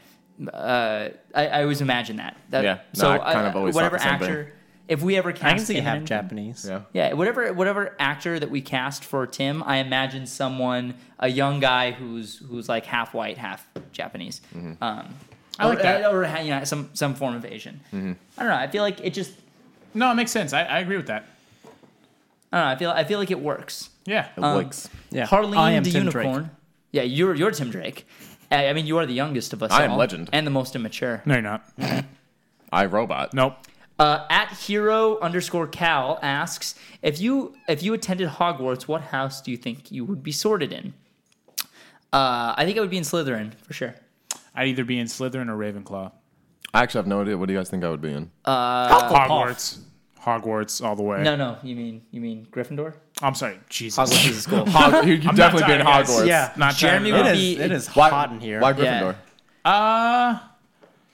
uh, I, I always imagined that. that Yeah. No, so I kind of always thought whatever the same thing. actor, if we ever cast, I can see him half in- Japanese. Yeah. yeah, whatever whatever actor that we cast for Tim, I imagine someone a young guy who's who's like half white, half Japanese. Mm-hmm. Um, I like or, that. or you know, some some form of Asian. Mm-hmm. I don't know. I feel like it just. No, it makes sense. I, I agree with that. I don't know. I feel I feel like it works. Yeah. It works. Yeah. Harleen I am the Tim Drake. unicorn. Yeah, you're you're Tim Drake. I I mean, you are the youngest of us. I am all, legend. and the most immature. no, you're not. I Robot. Nope. Uh, at hero underscore Cal asks if you if you attended Hogwarts, what house do you think you would be sorted in? Uh, I think I would be in Slytherin for sure. I'd either be in Slytherin or Ravenclaw. I actually have no idea. What do you guys think I would be in? Hogwarts. Hogwarts all the way. Uh, No, no, you mean you mean Gryffindor? I'm sorry. Jesus. Hogwarts is a school. Hog- you'd I'm definitely be in not tired, guys. Hogwarts. Yeah. Not Jeremy Jeremy. It would is. be- It is Why, hot in here. Why Yeah. Gryffindor? Uh,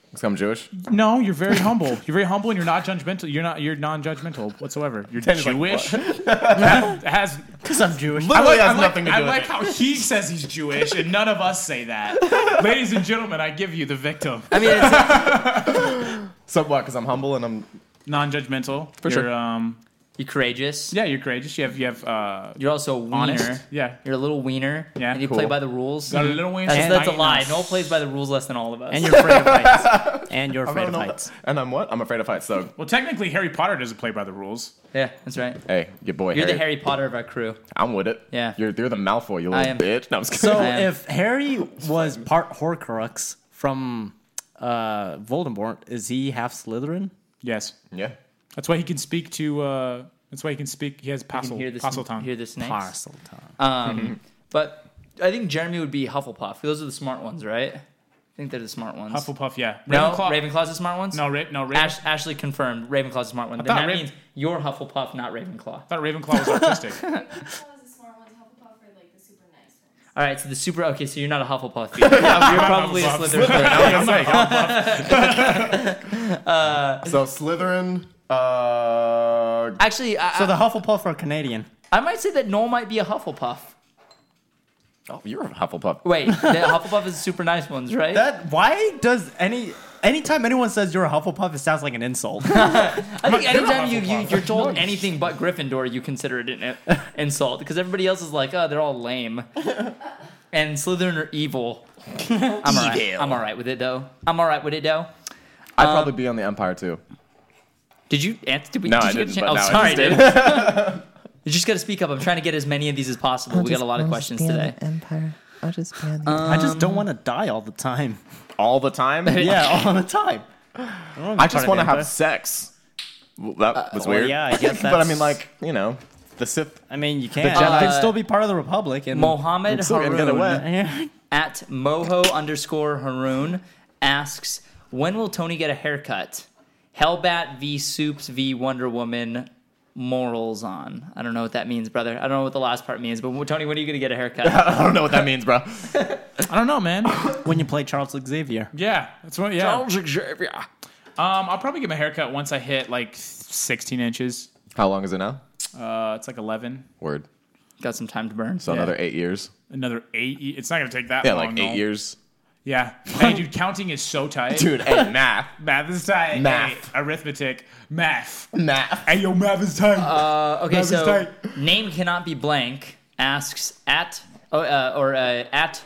Because I'm Jewish. no, you're very humble. You're very humble, and you're not judgmental. You're not. You're non-judgmental whatsoever. You're Jewish. That has. Because I'm Jewish. I Literally like, has I like- nothing to I do with like it. how he says he's Jewish, and none of us say that. Ladies and gentlemen, I give you the victim. I mean, it's, So what? Because I'm humble and I'm Non-judgmental. For sure. you're, Um, you're courageous. yeah, you're courageous. You have. You have. Uh, You're also a wiener. honor. Yeah. You're a little wiener. Yeah, and you cool. play by the rules. Got a little wiener. Mm-hmm. That's, And that's a I- lie. Noel plays by the rules less than all of us. And you're afraid of heights. And you're afraid of heights. and I'm what? I'm afraid of heights. So Well, technically, Harry Potter doesn't play by the rules. yeah, that's right. hey, your boy. You're the Harry Potter of our crew. I'm with it. Yeah. You're you're the Malfoy. You I little am. bitch. No, I'm just kidding. So I am. if Harry was part Horcrux from uh, Voldemort, is he half Slytherin? Yes. yeah. That's why he can speak to. Uh, that's why he can speak. He has You passel, can hear the passel sn- tongue. hear the snakes. Parseltongue. Um, but I think Jeremy would be Hufflepuff. Those are the smart ones, right? I think they're the smart ones. Hufflepuff, yeah. No, Ravenclaw- Ravenclaw's the smart ones. No, Ra- no, Raven- Ash- Ashley confirmed Ravenclaw's the smart one. Then thought that Raven- means you're Hufflepuff, not Ravenclaw. All I thought Ravenclaw was autistic. Ravenclaw is the smart ones. Hufflepuff are like the super nice ones. right, so the super. Okay, so you're not a Hufflepuff. Dude. you're probably a Hufflepuff. Slytherin. I'm like, I'm- So Slytherin. Uh, Actually, I, So the Hufflepuff are Canadian. I, I might say that Noel might be a Hufflepuff. oh, you're a Hufflepuff. Wait, the Hufflepuff is the super nice ones, right? That why does any anytime anyone says you're a Hufflepuff, it sounds like an insult. I think You're a anytime you, you Hufflepuff. you're told anything but Gryffindor, you consider it an i- insult because everybody else is like, oh, they're all lame, and Slytherin are evil. I'm all right. I'm all right with it though. I'm all right with it though. I'd um, probably be on the Empire too. Did you answer? Did we, No, did I you get a didn't, chan- but oh, now sorry, I just dude. you just got to speak up. I'm trying to get as many of these as possible. we got a lot of questions today. Empire. I'll just be on the I just don't want to die all the time. All the time. Yeah, all the time. I just want to Empire. have sex. Well, Uh, that was well, weird. yeah, I guess but I mean, that's- like you know, the Sith. I mean, you can't. uh, Jedi- They'd still be part of the Republic. And Mohammed still gonna get Haroon away. Yeah. at moho underscore haroon asks when will tony get a haircut hellbat v soups v wonder woman morals on i don't know what that means brother i don't know what the last part means but tony when are you going to get a haircut I don't know what that means, bro. I don't know, man. when you play Charles Xavier. Yeah, that's what. Yeah, Xavier. Um, I'll probably get my haircut once I hit like 16 inches. How long is it now? Uh, it's like 11. Word. Got some time to burn. So Yeah. another eight years. Another eight. ye- It's not gonna take that. Yeah, long, like eight no. years. Yeah. Hey, dude, counting is so tight. Dude, hey, math. Math is tight. Math. Hey, arithmetic. Math. Math. Hey, yo, math is tight. Uh, okay, Math is so tight. name cannot be blank asks at oh, uh, or uh, at.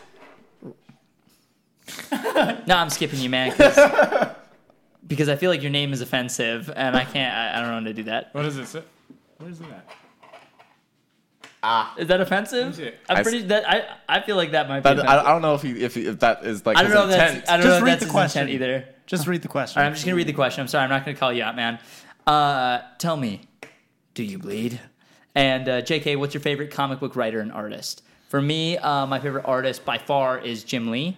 no, I'm skipping you, man, 'cause- because I feel like your name is offensive, and I can't. I, I don't know how to do that. what is this? What is that? Is that offensive? Let me see. I'm I pretty. That I I feel like that might be. That, offensive. I, I don't know if he, if, he, if that is like I don't his know if intent. that's. I don't Just know read if that's the his intent question. either. Just read the question. All right, I'm just gonna read the question. I'm sorry, I'm not gonna call you out, man. Uh, tell me, do you bleed? And uh, J.K., what's your favorite comic book writer and artist? For me, uh, my favorite artist by far is Jim Lee.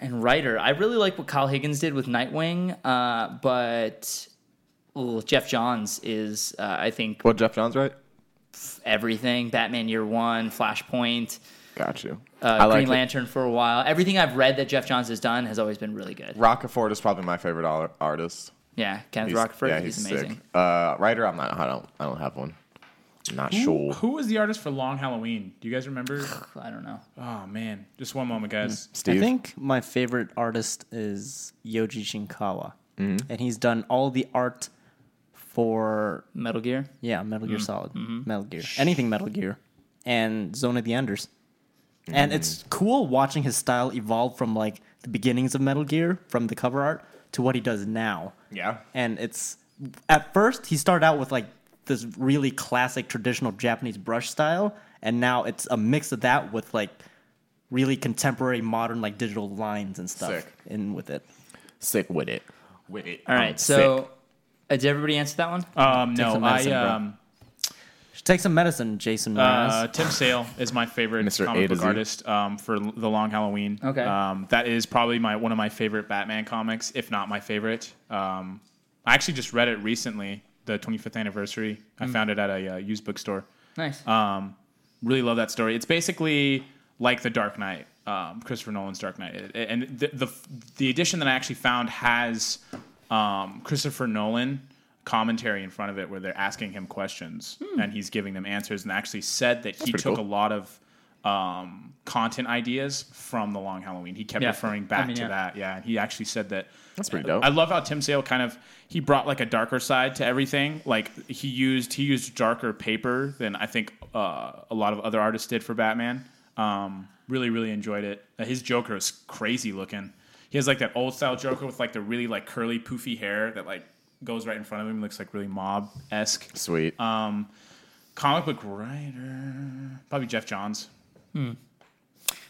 And writer, I really like what Kyle Higgins did with Nightwing, uh, but ooh, Jeff Johns is, uh, I think, Well, Jeff Johns, right? everything. Batman Year One, Flashpoint, Got you. uh, I like Green Lantern for a while. Everything I've read that Jeff Johns has done has always been really good. Rockefort is probably my favorite al- artist. Yeah, Kenneth He's- Rockford, yeah, he's, he's amazing. sick. Uh, writer, I'm not. I don't. I don't have one. I'm not sure. Who was the artist for Long Halloween? Do you guys remember? I don't know. Oh man, just one moment, guys. Steve. I think my favorite artist is Yoji Shinkawa, Mm-hmm. and he's done all the art for Metal Gear. yeah Metal Mm. Gear Solid, Mm-hmm. Metal Gear, anything Metal Gear, and Zone of the Enders. And it's cool watching his style evolve from like the beginnings of Metal Gear, from the cover art, to what he does now. Yeah. and it's at first he started out with like this really classic traditional Japanese brush style, and now it's a mix of that with like really contemporary modern like digital lines and stuff Sick. in with it. Sick with it. With it. All right, Uh, so uh, did everybody answer that one? Um, Take no, some I medicine, bro. um, Should take some medicine, Jason. uh, Mraz. Tim Sale is my favorite Mr. comic A to book Z. artist. Um, for L- the Long Halloween. Okay. Um, that is probably my one of my favorite Batman comics, if not my favorite. Um, I actually just read it recently, the 25th anniversary. I found it at a uh, used bookstore. Nice. Um, really love that story. It's basically like The Dark Knight, um, Christopher Nolan's Dark Knight, It- it- and the, the the edition that I actually found has um, Christopher Nolan commentary in front of it, where they're asking him questions and he's giving them answers, and actually said that he Hmm. pretty took cool. a lot of um, content ideas from The Long Halloween. He kept Yeah. referring back I mean, to yeah. that, yeah. And he actually said that That's pretty dope. I love how Tim Sale kind of he brought like a darker side to everything. Like he used he used darker paper than I think uh, a lot of other artists did for Batman. Um, really, really enjoyed it. Uh, his Joker is crazy looking. He has like that old style Joker with like the really like curly poofy hair that like goes right in front of him. Looks like really mob esque. Sweet. Um, comic book writer probably Jeff Johns or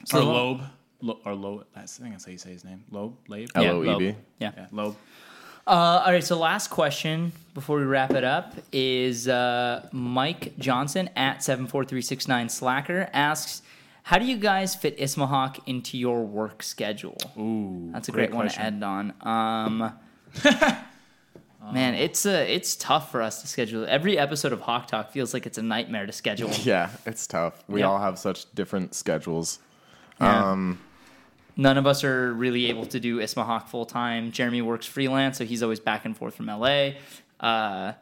So- Loeb Lo- or Loeb. That's I think that's how you say his name. Loeb. Loeb. Yeah. L-O-E-B. well, E Yeah. Yeah, Loeb. Uh, all right, so last question before we wrap it up is uh, Mike Johnson at 74369 Slacker asks, how do you guys fit Ismahawk into your work schedule? Ooh, That's a great, great one to end question. on. Um, man, it's uh, it's tough for us to schedule. Every episode of Hawk Talk feels like it's a nightmare to schedule. yeah, it's tough. We Yeah. all have such different schedules. Yeah. Um, none of us are really able to do Ismahawk full time. Jeremy works freelance, so he's always back and forth from LA. Uh,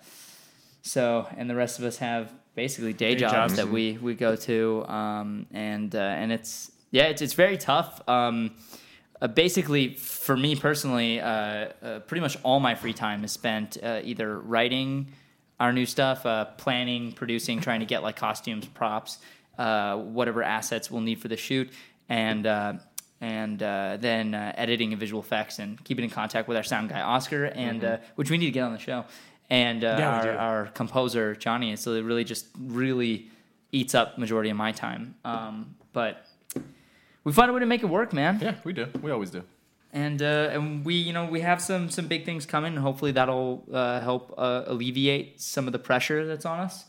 so, and the rest of us have basically day, jobs, jobs. that we we go to, um, and uh, and it's yeah, it's it's very tough. Um, uh, basically, for me personally, uh, uh, pretty much all my free time is spent uh, either writing our new stuff, uh, planning, producing, trying to get like costumes, props, uh, whatever assets we'll need for the shoot, and uh, and uh, then uh, editing and visual effects, and keeping in contact with our sound guy Oscar, and uh, which we need to get on the show, and uh, Mm-hmm. Yeah, we our, do. our composer Johnny. And so it really just really eats up majority of my time, um, but. We find a way to make it work, man yeah, we do. We always do. and uh, and we you know we have some some big things coming and hopefully that'll uh, help uh, alleviate some of the pressure that's on us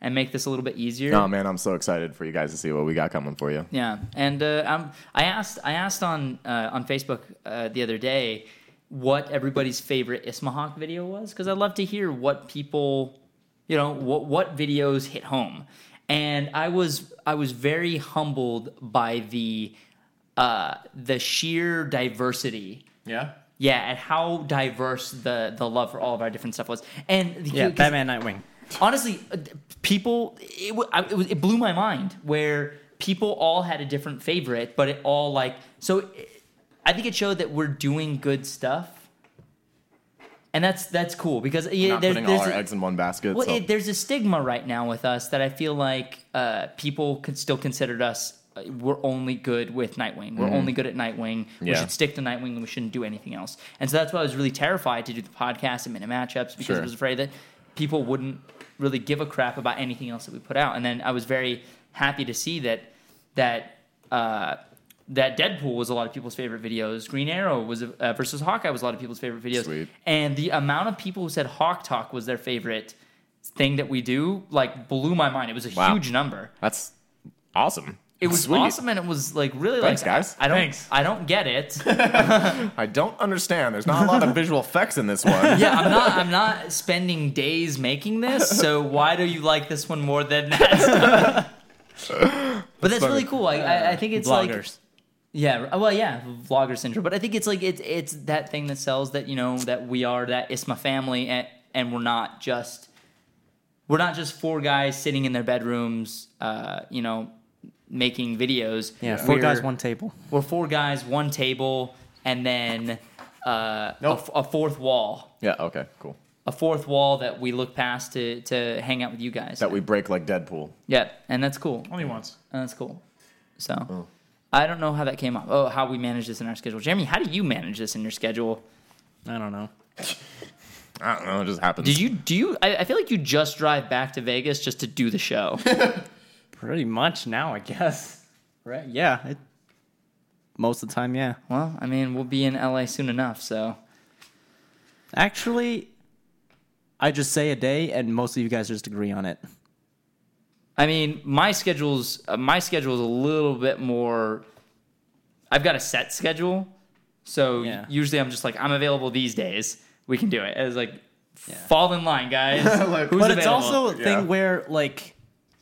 and make this a little bit easier No, man, I'm so excited for you guys to see what we got coming for you. yeah and uh, um, i asked i asked on uh, on facebook uh, the other day what everybody's favorite ismahawk video was because i'd love to hear what people you know what what videos hit home and i was i was very humbled by the uh, the sheer diversity Yeah. yeah, at how diverse the the love for all of our different stuff was, and the, Yeah, 'cause Batman Nightwing. honestly, uh, d- people it, w- I- it, was- it blew my mind where people all had a different favorite, but it all like so. It, I think it showed that we're doing good stuff, and that's that's cool because yeah, Not there- putting all there's our a- eggs in one basket. well, so- it, there's a stigma right now with us that I feel like uh, people could still considered us. uh, We're only good with Nightwing. We're only good at Nightwing. We Mm-hmm. Yeah. should stick to Nightwing, and we shouldn't do anything else. And so that's why I was really terrified to do the podcast and minute matchups because Sure. I was afraid that people wouldn't really give a crap about anything else that we put out. And then I was very happy to see that that uh, that Deadpool was a lot of people's favorite videos. Green Arrow was uh, versus Hawkeye was a lot of people's favorite videos. Sweet. And the amount of people who said Hawk Talk was their favorite thing that we do like blew my mind. It was a Wow. huge number. That's awesome. It was Sweet. awesome, and it was like really Thanks, like guys. I, I don't Thanks. I don't get it. I don't understand. There's not a lot of visual effects in this one. Yeah, I'm not I'm not spending days making this. So why do you like this one more than that? stuff? but that's really cool. I, I, I think it's like Bloggers. Yeah, well, yeah, vlogger syndrome. But I think it's like it's it's that thing that sells that you know that we are that it's my family and and we're not just we're not just four guys sitting in their bedrooms, uh, you know, making videos. yeah, four We're- guys, one table. We're four guys, one table, and then uh, a Nope. f- a, fourth wall, yeah, okay, cool. a fourth wall that we look past to to hang out with you guys. That we break like Deadpool. yeah, and that's cool. Only once. And that's cool. So I don't know how that came up. Oh, how we manage this in our schedule. Jeremy, how do you manage this in your schedule? I don't know. I don't know, it just happens. Did you do you I, I feel like you just drive back to Vegas just to do the show. Pretty much now, I guess. Right? Yeah. It, most of the time, yeah. well, I mean, we'll be in LA soon enough, so Actually, I just say a day, and most of you guys just agree on it. I mean, my schedule's uh, my schedule's a little bit more I've got a set schedule. So Yeah. usually I'm just like I'm available these days. We can do it. It's like fall in line, guys. Who's but it's available? also a Yeah. thing where like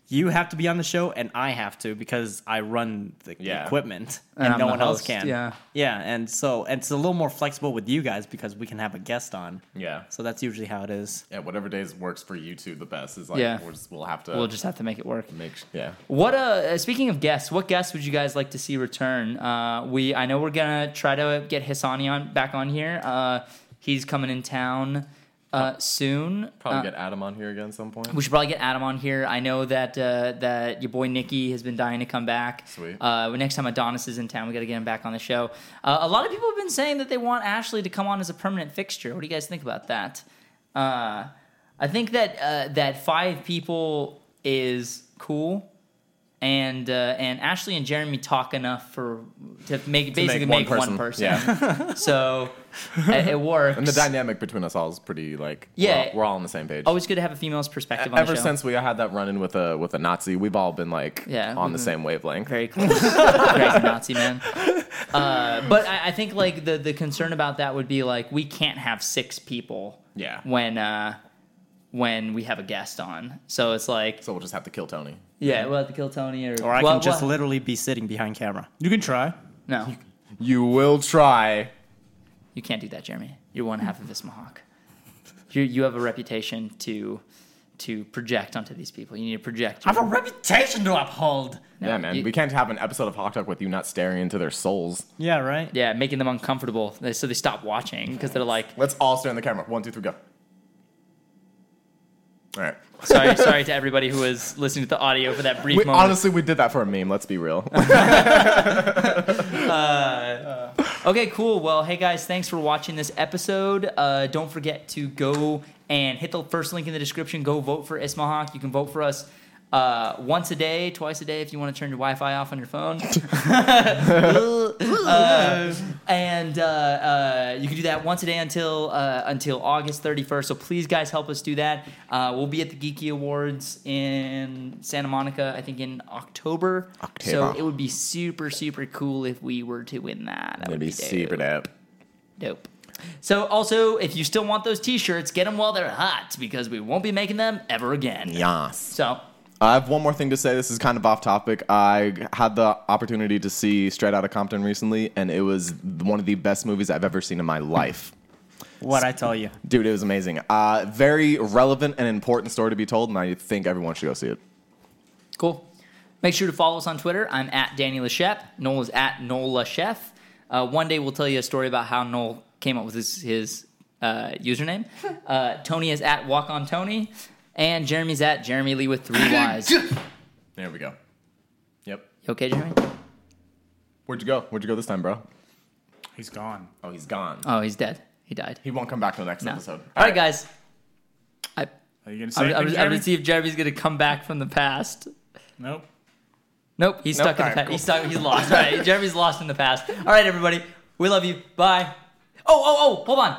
you have to be on the show and I have to because I run the Yeah. equipment And and, I'm no the one else host, can. yeah. yeah, and so and it's a little more flexible with you guys because we can have a guest on. Yeah. So that's usually how it is. Yeah, whatever days works for you two the best is like Yeah. we're just, we'll have to we'll just have to make it work. make sh- yeah. What uh, uh, speaking of guests, what guests would you guys like to see return? Uh, we I know we're gonna try to get Hisani on back on here. Uh, he's coming in town uh, soon. Probably Uh, get Adam on here again at some point. we should probably get Adam on here. I know that uh, that your boy Nikki has been dying to come back. Sweet. Uh, well, next time Adonis is in town, we got to get him back on the show. Uh, a lot of people have been saying that they want Ashley to come on as a permanent fixture. What do you guys think about that? Uh, I think that uh, that five people is cool, and uh, and Ashley and Jeremy talk enough for to make basically make, one, person. Yeah. So it, it works. and the dynamic between us all is pretty like we're Yeah. all- we're all, on the same page. Always good to have a female's perspective on Ever the show. since we had that run in with a with a Nazi, we've all been like Yeah. Mm-hmm. on the same wavelength. Very close. Crazy Nazi man. Uh, but I, I think like the the concern about that would be like we can't have six people Yeah. when uh when we have a guest on. So it's like So we'll just have to kill Tony. yeah, we'll have to kill Tony or Or I well, can just well, literally be sitting behind camera. You can try. No. You will try. You can't do that, Jeremy. You're one half of this Mohawk. You you have a reputation to to project onto these people. You need to project. your- reputation to uphold. yeah, man. you- we can't have an episode of Hawk Talk with you not staring into their souls. Yeah, right. yeah, making them uncomfortable They- so they stop watching because they're like Let's all stare in the camera. One, two, three, go. All right. sorry sorry to everybody who was listening to the audio for that brief We, moment. honestly, we did that for a meme. Let's be real. Okay, cool. Well, hey guys, thanks for watching this episode. Uh, don't forget to go and hit the first link in the description. Go vote for Ismahawk. You can vote for us uh, once a day, twice a day if you want to turn your Wi Fi off on your phone. Uh, and uh, uh, you can do that once a day until uh, until August 31st. So please, guys, help us do that. Uh, we'll be at the Geeky Awards in Santa Monica, I think, in October. So October. it would be super, super cool if we were to win that. That would be, dope. dope. Dope. So also, if you still want those T-shirts, get them while they're hot because we won't be making them ever again. Yas. So I have one more thing to say. This is kind of off topic. I had the opportunity to see Straight Outta Compton recently, and it was one of the best movies I've ever seen in my life. What I tell you. Dude, it was amazing. Uh, very relevant and important story to be told, and I think everyone should go see it. Cool. Make sure to follow us on Twitter. I'm at Danny Lachef. Noel is at Noel Lachef. Uh, one day we'll tell you a story about how Noel came up with his, his uh, username. Uh, Tony is at Walk on Tony, and Jeremy's at Jeremy Lee with three Y's. You There we go. Yep. okay, Jeremy? Where'd you go? Where'd you go this time, bro? He's gone. Oh, he's gone. Oh, he's dead. He died. He won't come back till next No. episode. All right, guys. I, Are you gonna say I'm, I'm, anything, I'm gonna Jeremy? see if Jeremy's gonna come back from the past. Nope. Nope, he's Nope. stuck in the All right, past. cool. He's stuck. He's lost. All right, Jeremy's lost in the past. All right, everybody, we love you. Bye. Oh, oh, oh, hold on.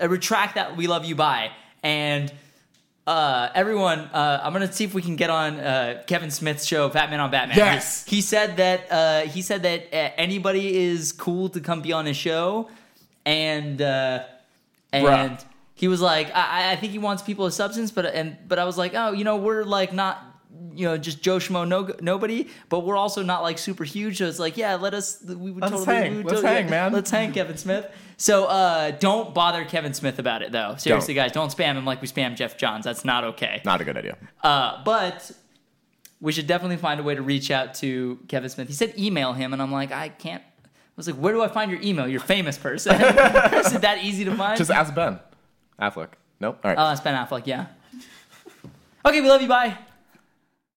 I retract that. We love you. Bye. And uh, everyone, uh, I'm gonna see if we can get on uh, Kevin Smith's show, Batman on Batman. Yes. He, he said that. Uh, he said that uh, anybody is cool to come be on his show, and uh, and Bruh. he was like, I, I- I think he wants people of substance, but and but I was like, oh, you know, we're like not, you know, just Joe Schmo, no nobody, but we're also not like super huge. So it's like, yeah, let us. We would Let's totally, hang. we would Let's totally- hang, man. Let's hang, Kevin Smith. So uh, don't bother Kevin Smith about it though. Seriously, guys, don't spam him like we spam Jeff Johns. That's not okay. Not a good idea. Uh, but we should definitely find a way to reach out to Kevin Smith. He said email him, and I'm like, I can't. I was like, where do I find your email? You're a famous person. Is it that easy to find? Just ask Ben. Affleck. Nope. All right. Uh, it's Ben Affleck, yeah. Okay, we love you. Bye.